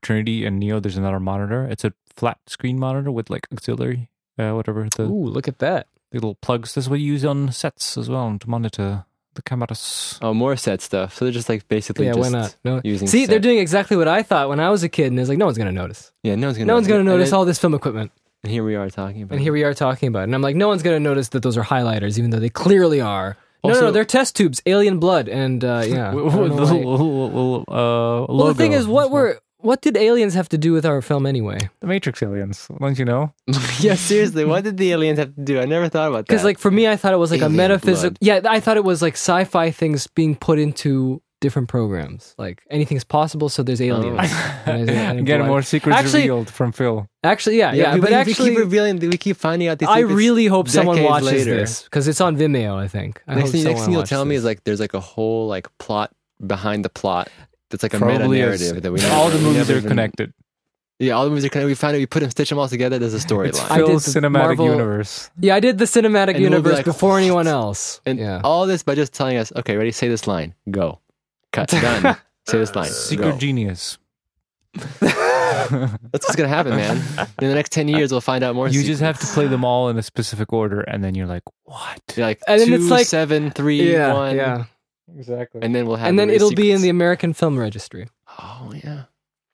Speaker 3: Trinity and Neo, there's another monitor. It's a flat screen monitor with like auxiliary, uh, whatever the,
Speaker 1: Ooh, look at that.
Speaker 3: the little plugs. That's what you use on sets as well to monitor the cameras.
Speaker 2: Oh, more set stuff. So they're just like basically
Speaker 1: yeah, why
Speaker 2: just
Speaker 1: not? No.
Speaker 2: using.
Speaker 1: See, they're
Speaker 2: set.
Speaker 1: doing exactly what I thought when I was a kid, and it's like no one's gonna notice.
Speaker 2: Yeah, no one's gonna.
Speaker 1: No one's gonna
Speaker 2: and
Speaker 1: notice
Speaker 2: then-
Speaker 1: all this film equipment,
Speaker 2: And here we are talking about.
Speaker 1: and here we are talking about it. And I'm like, no one's gonna notice that those are highlighters, even though they clearly are. No, no,
Speaker 2: Also-
Speaker 1: no, they're test tubes, alien blood, and
Speaker 2: [laughs]
Speaker 1: uh, yeah. I
Speaker 3: [laughs] With-
Speaker 1: don't
Speaker 3: with
Speaker 1: know
Speaker 3: the
Speaker 1: why-
Speaker 3: little- little, uh,
Speaker 1: well, the thing
Speaker 3: logo
Speaker 1: is, what
Speaker 3: as well.
Speaker 1: were what did aliens have to do with our film anyway?
Speaker 3: the Matrix aliens? Don't
Speaker 1: [laughs]
Speaker 3: you know?
Speaker 2: it. [laughs] yeah, seriously, what did the aliens have to do? I never thought about that.
Speaker 1: Because like for me, I thought it was like a
Speaker 2: Alien
Speaker 1: metaphysical.
Speaker 2: blood.
Speaker 1: Yeah, I thought it was like sci-fi things being put into different programs. Like anything's possible, so
Speaker 2: Oh.
Speaker 1: there's aliens.
Speaker 2: [laughs]
Speaker 1: And there's-
Speaker 3: [laughs]
Speaker 1: and
Speaker 3: Get
Speaker 1: blood.
Speaker 3: more secrets
Speaker 1: Actually-
Speaker 3: revealed from Phil.
Speaker 1: Actually, yeah, yeah,
Speaker 2: we,
Speaker 1: but
Speaker 2: we
Speaker 1: actually,
Speaker 2: keep revealing. We keep finding out these.
Speaker 1: I
Speaker 2: secrets.
Speaker 1: really hope someone
Speaker 2: decades
Speaker 1: watches
Speaker 2: later.
Speaker 1: this because it's on Vimeo. I think. I
Speaker 2: next
Speaker 1: hope
Speaker 2: thing, next
Speaker 1: someone
Speaker 2: thing you'll
Speaker 1: watches
Speaker 2: tell me
Speaker 1: this.
Speaker 2: is like there's like a whole like plot behind the plot. That's like a meta
Speaker 3: Probably is.
Speaker 1: [laughs]
Speaker 2: narrative that we never,
Speaker 3: all the
Speaker 2: we
Speaker 3: movies
Speaker 2: never
Speaker 3: are
Speaker 2: even-
Speaker 3: connected.
Speaker 2: Yeah, all the movies are connected. We found it. We put them, stitch them all together. There's a
Speaker 3: It's
Speaker 2: storyline.
Speaker 1: I did
Speaker 3: Phil's
Speaker 1: the
Speaker 3: cinematic
Speaker 1: Marvel-
Speaker 3: universe.
Speaker 1: yeah, I did the cinematic
Speaker 2: And we'll be
Speaker 1: universe
Speaker 2: like,
Speaker 1: before anyone else.
Speaker 2: And
Speaker 1: yeah,
Speaker 2: all this by just telling us, okay, ready, say this line, go,
Speaker 1: [laughs]
Speaker 2: cut, done, say this line,
Speaker 3: Secret
Speaker 2: go.
Speaker 3: genius. [laughs]
Speaker 2: That's what's gonna happen, man. In the next ten years, we'll find out more.
Speaker 3: You
Speaker 2: secrets.
Speaker 3: just have to play them all in a specific order, and then you're like, what?
Speaker 2: You're like
Speaker 1: And then
Speaker 2: two,
Speaker 1: it's like-
Speaker 2: seven, three,
Speaker 1: yeah,
Speaker 2: one,
Speaker 1: yeah.
Speaker 3: Exactly.
Speaker 2: and then we'll have.
Speaker 1: And then
Speaker 2: more
Speaker 1: it'll be in the
Speaker 2: secrets.
Speaker 1: American Film Registry,
Speaker 2: Oh yeah.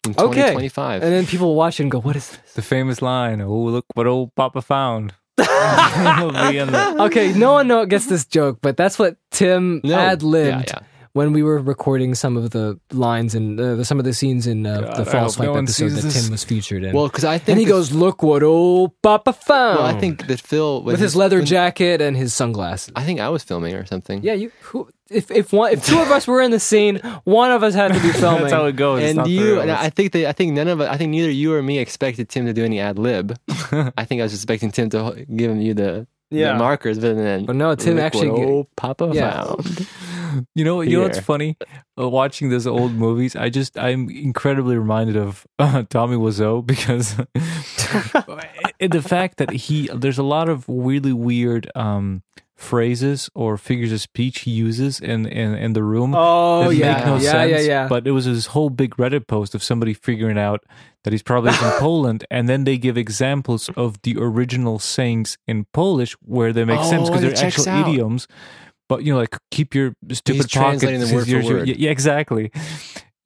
Speaker 2: In
Speaker 1: Okay.
Speaker 2: 2025.
Speaker 1: and then people watch it and go, "What is this?"
Speaker 3: The famous line, oh, look what old Papa found. [laughs] It'll be in the-
Speaker 1: Okay, no one know gets this joke, but that's what Tim
Speaker 2: No.
Speaker 1: ad
Speaker 2: Yeah,
Speaker 1: libbed
Speaker 2: yeah.
Speaker 1: when we were recording some of the lines and uh, some of the scenes in uh,
Speaker 3: God,
Speaker 1: the
Speaker 3: I
Speaker 1: False
Speaker 3: hope no
Speaker 1: Wipe
Speaker 3: one
Speaker 1: episode
Speaker 3: sees
Speaker 1: that
Speaker 3: this.
Speaker 1: Tim was featured in.
Speaker 2: Well, because I think
Speaker 1: and he
Speaker 2: that-
Speaker 1: goes, "Look what old Papa found."
Speaker 2: Well, I think that Phil when
Speaker 1: with his
Speaker 2: he-
Speaker 1: leather
Speaker 2: when-
Speaker 1: jacket and his sunglasses.
Speaker 2: I think I was filming or something.
Speaker 1: Yeah, you. Who, if if one, if two of us were in the scene, one of us had [laughs] to be filming.
Speaker 3: [laughs] That's how it goes. It's
Speaker 2: and
Speaker 3: not
Speaker 2: you,
Speaker 3: through.
Speaker 2: and I
Speaker 3: It's-
Speaker 2: think that I think none of I think neither you or me expected Tim to do any
Speaker 1: [laughs]
Speaker 2: ad lib. I think I was expecting Tim to give you the, the markers, but then
Speaker 1: But no, Tim
Speaker 2: look
Speaker 1: actually
Speaker 2: what
Speaker 1: g-
Speaker 2: old Papa
Speaker 1: Yeah.
Speaker 2: found.
Speaker 3: You know, you know what's
Speaker 2: Here.
Speaker 3: funny? Uh, watching those old movies, I just I'm incredibly reminded of uh, Tommy Wiseau because [laughs] and the fact that he there's a lot of really weird um phrases or figures of speech he uses in in, in the room.
Speaker 1: Oh
Speaker 3: that
Speaker 1: yeah,
Speaker 3: make no
Speaker 1: yeah,
Speaker 3: sense,
Speaker 1: yeah, yeah.
Speaker 3: But it was this whole big Reddit post of somebody figuring out that he's probably
Speaker 2: [laughs]
Speaker 3: from Poland, and then they give examples of the original sayings in Polish where they make sense
Speaker 2: Oh,
Speaker 3: because
Speaker 2: and it
Speaker 3: they're actual
Speaker 2: checks out.
Speaker 3: idioms. But you know, like keep your stupid pockets.
Speaker 2: translating them word for
Speaker 3: your- your-
Speaker 2: word.
Speaker 3: Yeah, exactly.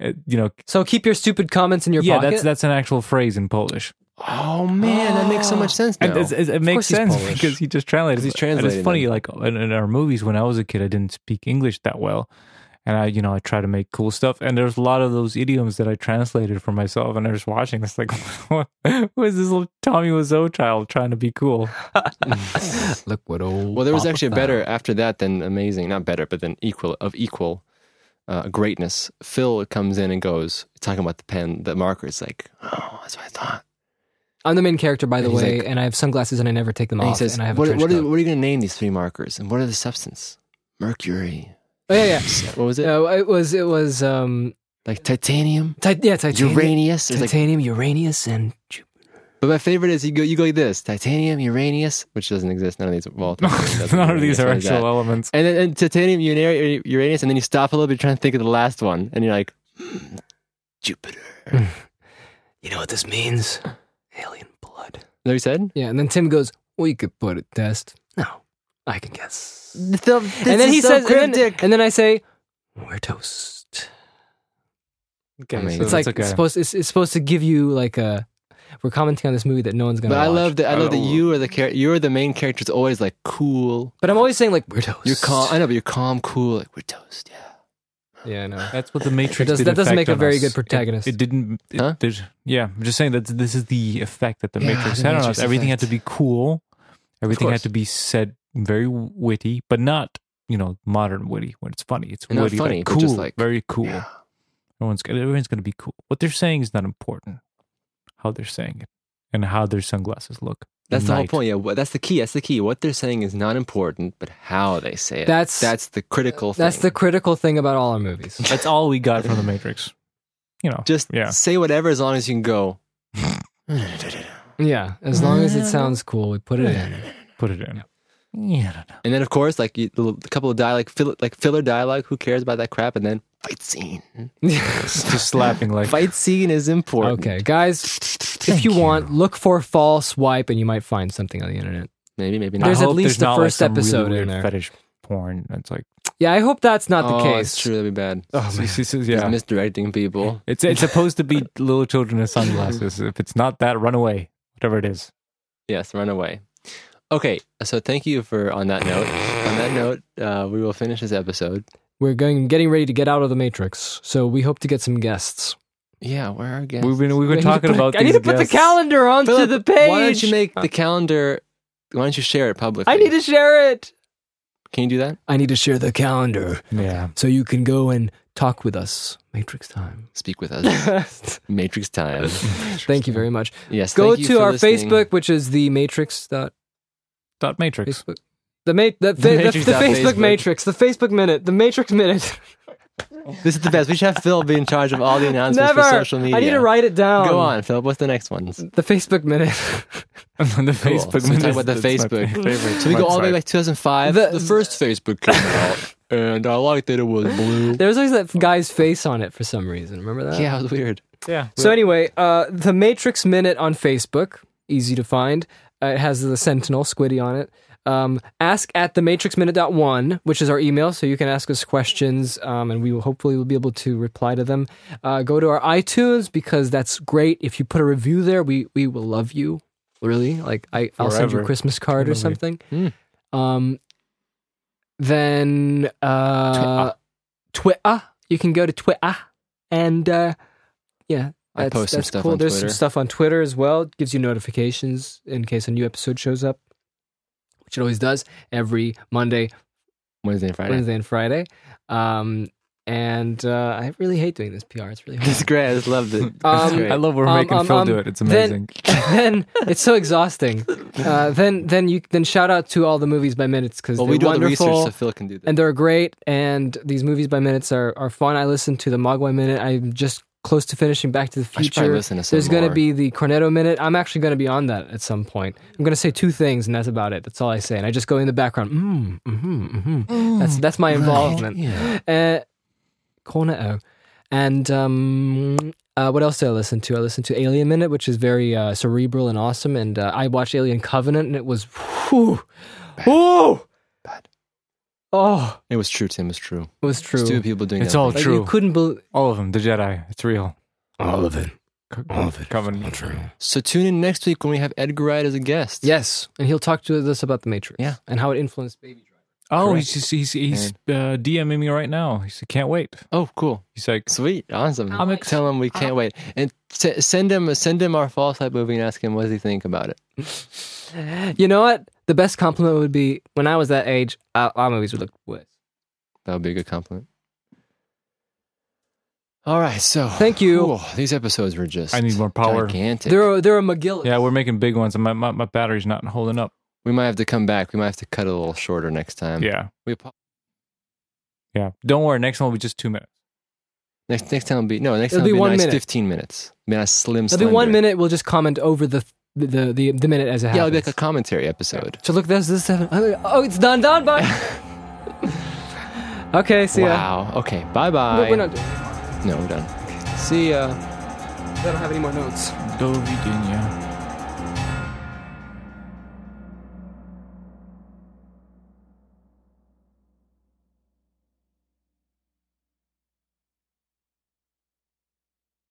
Speaker 3: Uh, you know,
Speaker 1: so keep your stupid comments in your
Speaker 3: yeah,
Speaker 1: pocket.
Speaker 3: that's that's an actual phrase in Polish,
Speaker 2: Oh man, that makes so much sense now.
Speaker 3: and it's, it's, it makes
Speaker 1: he's
Speaker 3: sense
Speaker 1: Polish.
Speaker 3: because he just
Speaker 2: Because
Speaker 3: translated.
Speaker 2: he's
Speaker 3: it. And
Speaker 2: translating
Speaker 3: it's funny, like in, in our movies when I was a kid, I didn't speak English that well, and I, you know, I try to make cool stuff. And there's a lot of those idioms that I translated for myself, and I was watching this like, [laughs] who is this little Tommy Wiseau child trying to be cool?
Speaker 1: [laughs] Look what old.
Speaker 2: Well, there was
Speaker 1: Papa
Speaker 2: actually a
Speaker 1: found.
Speaker 2: better after that than amazing, not better, but then equal of equal uh, greatness. Phil comes in and goes talking about the pen, the marker. It's like, oh, that's what I thought.
Speaker 1: I'm the main character, by the
Speaker 2: And he's
Speaker 1: way,
Speaker 2: like-
Speaker 1: and I have sunglasses and I never take them
Speaker 2: And he
Speaker 1: off.
Speaker 2: says,
Speaker 1: and I have a
Speaker 2: what,
Speaker 1: trench
Speaker 2: what, are,
Speaker 1: coat.
Speaker 2: what are you going to name these three markers, and what are the substance? Mercury.
Speaker 1: Oh,
Speaker 2: [laughs]
Speaker 1: yeah, yeah.
Speaker 2: What was it?
Speaker 3: Uh,
Speaker 1: No, it was it was um
Speaker 2: Like titanium,
Speaker 1: ti- yeah titanium,
Speaker 2: Uranus. It's like
Speaker 1: titanium, Uranus, and Ju-
Speaker 2: But my favorite is you go you go like this: titanium, Uranus, which doesn't exist. None of these. Well,
Speaker 3: [laughs] None of these are
Speaker 2: Uranus,
Speaker 3: actual
Speaker 2: none of that.
Speaker 3: elements.
Speaker 2: And then and titanium, Uran- Uranus, and then you stop a little bit, trying to think of the last one, and you're like, "Hmm, Jupiter.
Speaker 3: Hmm.
Speaker 1: you know what this means? Alien blood.
Speaker 2: No, you said.
Speaker 1: Yeah, and then Tim goes, "Well, you could put it test." No, I can guess.
Speaker 2: and
Speaker 1: and then he says, and then, and then I say, "We're toast."
Speaker 3: Okay,
Speaker 2: I mean,
Speaker 3: so
Speaker 1: it's
Speaker 3: that's
Speaker 1: like
Speaker 3: okay.
Speaker 1: it's supposed it's, it's supposed to give you like a. We're commenting on this movie that no one's gonna.
Speaker 2: But I
Speaker 1: watch.
Speaker 2: love that. I love that
Speaker 3: Oh.
Speaker 2: you are the char- you're the main character. It's always like cool.
Speaker 1: But I'm always saying like we're toast.
Speaker 2: You're calm. I know, but you're calm, cool. Like we're toast. Yeah.
Speaker 1: [laughs] Yeah, I know.
Speaker 3: That's what the Matrix
Speaker 1: does-
Speaker 3: did
Speaker 1: that doesn't
Speaker 3: affect
Speaker 1: make a
Speaker 3: on
Speaker 1: very
Speaker 3: us.
Speaker 1: good
Speaker 3: It-
Speaker 1: protagonist.
Speaker 3: It, didn't. It,
Speaker 2: Huh?
Speaker 3: there's- Yeah, I'm just saying that this is the effect that the
Speaker 2: Yeah,
Speaker 3: Matrix
Speaker 2: the
Speaker 3: had on
Speaker 2: Matrix
Speaker 3: us. Everything had
Speaker 2: effect.
Speaker 3: to be cool. Everything had
Speaker 2: course.
Speaker 3: to be said very witty, but not you know modern witty when it's funny. It's
Speaker 2: And not
Speaker 3: witty, like
Speaker 2: funny, but
Speaker 3: cool,
Speaker 2: just like-
Speaker 3: very cool.
Speaker 2: Yeah.
Speaker 3: Everyone's gonna- everyone's going to be cool. What they're saying is not important. How they're saying it and how their sunglasses look.
Speaker 2: That's the whole
Speaker 3: Night.
Speaker 2: point. Yeah. What- That's the key. That's the key. What they're saying is not important, but how they say it.
Speaker 1: That's-
Speaker 2: that's the critical.
Speaker 1: That's
Speaker 2: thing.
Speaker 1: the critical thing about all our movies.
Speaker 3: That's all we got from the Matrix. You know,
Speaker 2: Just
Speaker 3: Yeah.
Speaker 2: say whatever as long as you can go.
Speaker 1: Yeah, as long as it sounds cool, we put it in.
Speaker 3: put it in. Yeah, I don't know.
Speaker 2: And then of course, like you, the, the couple of dialogue, fill, like filler dialogue. Who cares about that crap? And then fight scene.
Speaker 3: Just slapping like
Speaker 2: Fight scene is
Speaker 1: [laughs]
Speaker 2: important.
Speaker 1: okay, guys, if you, want, look for fall swipe, and you might find something on the internet.
Speaker 2: Maybe, maybe
Speaker 3: I
Speaker 2: not.
Speaker 1: There's at
Speaker 3: hope
Speaker 1: least the
Speaker 3: not, like,
Speaker 1: first
Speaker 3: some really
Speaker 1: episode in
Speaker 3: weird
Speaker 1: there.
Speaker 3: Fetish porn.
Speaker 1: [laughs]
Speaker 3: It's like
Speaker 1: Yeah, I hope that's not
Speaker 2: oh,
Speaker 1: the case.
Speaker 2: That's true. That'd be bad.
Speaker 1: Oh, man.
Speaker 3: It's- it's-
Speaker 2: He's
Speaker 3: it's- yeah.
Speaker 1: [laughs]
Speaker 2: misdirecting people.
Speaker 3: It's it's supposed to be little children in sunglasses. If it's not that, run away. Whatever it is.
Speaker 2: Yes, run away. Okay, so thank you for on that note. on that note, uh, we will finish this episode.
Speaker 1: We're going, getting ready to get out of the matrix, so we hope to get some guests.
Speaker 2: Yeah, where are our guests?
Speaker 3: We've been we've
Speaker 1: I
Speaker 3: been
Speaker 1: need to
Speaker 3: talking
Speaker 1: put-
Speaker 3: about.
Speaker 1: I need
Speaker 3: these
Speaker 1: to put the
Speaker 3: guests.
Speaker 1: calendar onto
Speaker 2: Philip,
Speaker 1: the page. Oh.
Speaker 2: Why don't you make the calendar? Why don't you share it publicly?
Speaker 1: I need to share it.
Speaker 2: Can you do that?
Speaker 1: I need to share the calendar
Speaker 3: Yeah,
Speaker 1: so you can go and talk with us. Matrix
Speaker 2: [laughs]
Speaker 1: time.
Speaker 2: Speak
Speaker 1: [laughs]
Speaker 2: with us.
Speaker 1: Thank
Speaker 2: Matrix time.
Speaker 1: you very much.
Speaker 2: Yes.
Speaker 1: Go
Speaker 2: thank you
Speaker 1: to
Speaker 2: for
Speaker 1: our
Speaker 2: listening.
Speaker 1: Facebook, which is the Matrix. Dot
Speaker 3: dot matrix.
Speaker 1: Facebook. The, ma-
Speaker 2: [laughs]
Speaker 1: the, fa- the,
Speaker 2: Matrix
Speaker 1: the
Speaker 2: dot
Speaker 1: Facebook
Speaker 2: Facebook.
Speaker 1: Matrix, the Facebook Minute, the Matrix Minute.
Speaker 2: This is the best. We should have Phil be in charge of [laughs] all the announcements
Speaker 1: Never.
Speaker 2: for social media.
Speaker 1: I need to write it down.
Speaker 2: Go on, Philip. What's the next ones?
Speaker 1: The Facebook Minute. [laughs]
Speaker 3: the Facebook.
Speaker 2: So we talk
Speaker 3: minutes,
Speaker 2: about the
Speaker 3: [laughs] that's my
Speaker 2: Facebook.
Speaker 3: favorite
Speaker 2: So we go all the way
Speaker 3: website.
Speaker 2: back to 2005.
Speaker 1: The-
Speaker 2: The, first Facebook came [laughs] out, and I liked that it was blue.
Speaker 1: there was always that guy's face on it for some reason. Remember that?
Speaker 2: Yeah, it was weird.
Speaker 3: Yeah.
Speaker 1: So anyway, uh, the Matrix Minute on Facebook, easy to find. Uh, it has the Sentinel Squiddy on it. Um, ask at the Matrix Minute dot one, which is our email, so you can ask us questions, um, and we will hopefully will be able to reply to them. Uh, go to our iTunes because that's great. If you put a review there, we we will love you. Really, like I, I'll send you a
Speaker 3: Forever.
Speaker 1: Christmas card or
Speaker 3: Love you.
Speaker 1: something.
Speaker 2: Hmm.
Speaker 1: Um, then uh, Twitter, you can go to Twitter and uh, yeah,
Speaker 2: I
Speaker 1: that's,
Speaker 2: post some
Speaker 1: that's
Speaker 2: stuff
Speaker 1: cool.
Speaker 2: on
Speaker 1: There's some
Speaker 2: Twitter.
Speaker 1: stuff on Twitter as well. It gives you notifications in case a new episode shows up, which it always does every Monday,
Speaker 2: Wednesday and Friday.
Speaker 1: Wednesday, and Friday. Um, and uh, I really hate doing this PR. It's really hard.
Speaker 2: [laughs] This is great. I just loved it.
Speaker 1: Um,
Speaker 2: It's great.
Speaker 3: I love we're
Speaker 1: Um,
Speaker 3: making
Speaker 1: um,
Speaker 3: Phil
Speaker 1: um,
Speaker 3: do it. It's
Speaker 1: then-
Speaker 3: amazing.
Speaker 1: then it's so exhausting. Uh, then then you then shout out to all the movies by minutes because
Speaker 2: well,
Speaker 1: they're
Speaker 2: we do all the
Speaker 1: wonderful
Speaker 2: research, so Phil can do that.
Speaker 1: and they're great. And these movies by minutes are, are fun. I listened to the Mogwai minute. I'm just close to finishing Back to the
Speaker 2: I should probably
Speaker 1: Future.
Speaker 2: listen to some
Speaker 1: There's going to
Speaker 2: more.
Speaker 1: be the Cornetto minute. I'm actually going to be on that at some point. I'm going to say two things, and that's about it. That's all I say. And I just go in the background. Mm, mm-hmm, mm-hmm. That's that's my involvement.
Speaker 2: Yeah.
Speaker 1: Uh, Cornetto. And um, uh, what else did I listen to? I listened to Alien Minute, which is very uh, cerebral and awesome. And uh, I watched Alien Covenant, and it was, whew, whew,
Speaker 2: Bad.
Speaker 1: oh,
Speaker 2: It was true, Tim. It's true.
Speaker 1: it was true.
Speaker 2: Stupid people doing
Speaker 3: It's
Speaker 2: that.
Speaker 3: all
Speaker 1: Like,
Speaker 3: true.
Speaker 1: You couldn't believe.
Speaker 3: all of them. The Jedi. It's real.
Speaker 1: All of it.
Speaker 3: C-
Speaker 1: All of it is
Speaker 3: Coming.
Speaker 1: all true.
Speaker 2: So tune in next week when we have Edgar Wright as a guest.
Speaker 1: Yes, and he'll talk to us about the Matrix.
Speaker 2: Yeah.
Speaker 1: and how it influenced Baby Driver.
Speaker 3: Oh,
Speaker 2: Correct.
Speaker 3: he's just, he's he's uh, DMing me right now. He said, "Can't wait."
Speaker 2: Oh, cool.
Speaker 3: He's like,
Speaker 2: Sweet. Awesome.
Speaker 3: I'm ex-
Speaker 2: Tell him we can't wait. And s- send him send him our false light movie and ask him what does he think about it.
Speaker 1: [laughs] You know what? The best compliment would be when I was that age, uh, our movies would look worse.
Speaker 2: That would be a good compliment. All right, so
Speaker 1: Thank you.
Speaker 2: Whew, these episodes were just
Speaker 3: "I need more power."
Speaker 2: gigantic.
Speaker 1: There are there are McGillis.
Speaker 3: Yeah, we're making big ones, and my, my my battery's not holding up.
Speaker 2: we might have to come back. We might have to cut it a little shorter next time.
Speaker 3: Yeah,
Speaker 2: We apo-
Speaker 3: yeah. Don't worry. Next one will be just two minutes.
Speaker 2: next next time will be no next
Speaker 1: It'll
Speaker 2: time
Speaker 1: be
Speaker 2: will be
Speaker 1: one
Speaker 2: a nice
Speaker 1: minute.
Speaker 2: fifteen minutes. Be a nice slim.
Speaker 1: It'll be one
Speaker 2: slender.
Speaker 1: minute. We'll just comment over the the the, the minute as it
Speaker 2: Yeah, it'll
Speaker 1: happens.
Speaker 2: be like a commentary episode.
Speaker 1: so look, there's this seven. Oh, it's done. Done. Bye. [laughs] okay. See ya.
Speaker 2: Wow. Okay. Bye bye.
Speaker 1: No, we're not.
Speaker 2: No, we're done. See ya.
Speaker 1: I don't have any more notes.
Speaker 3: Do Virginia.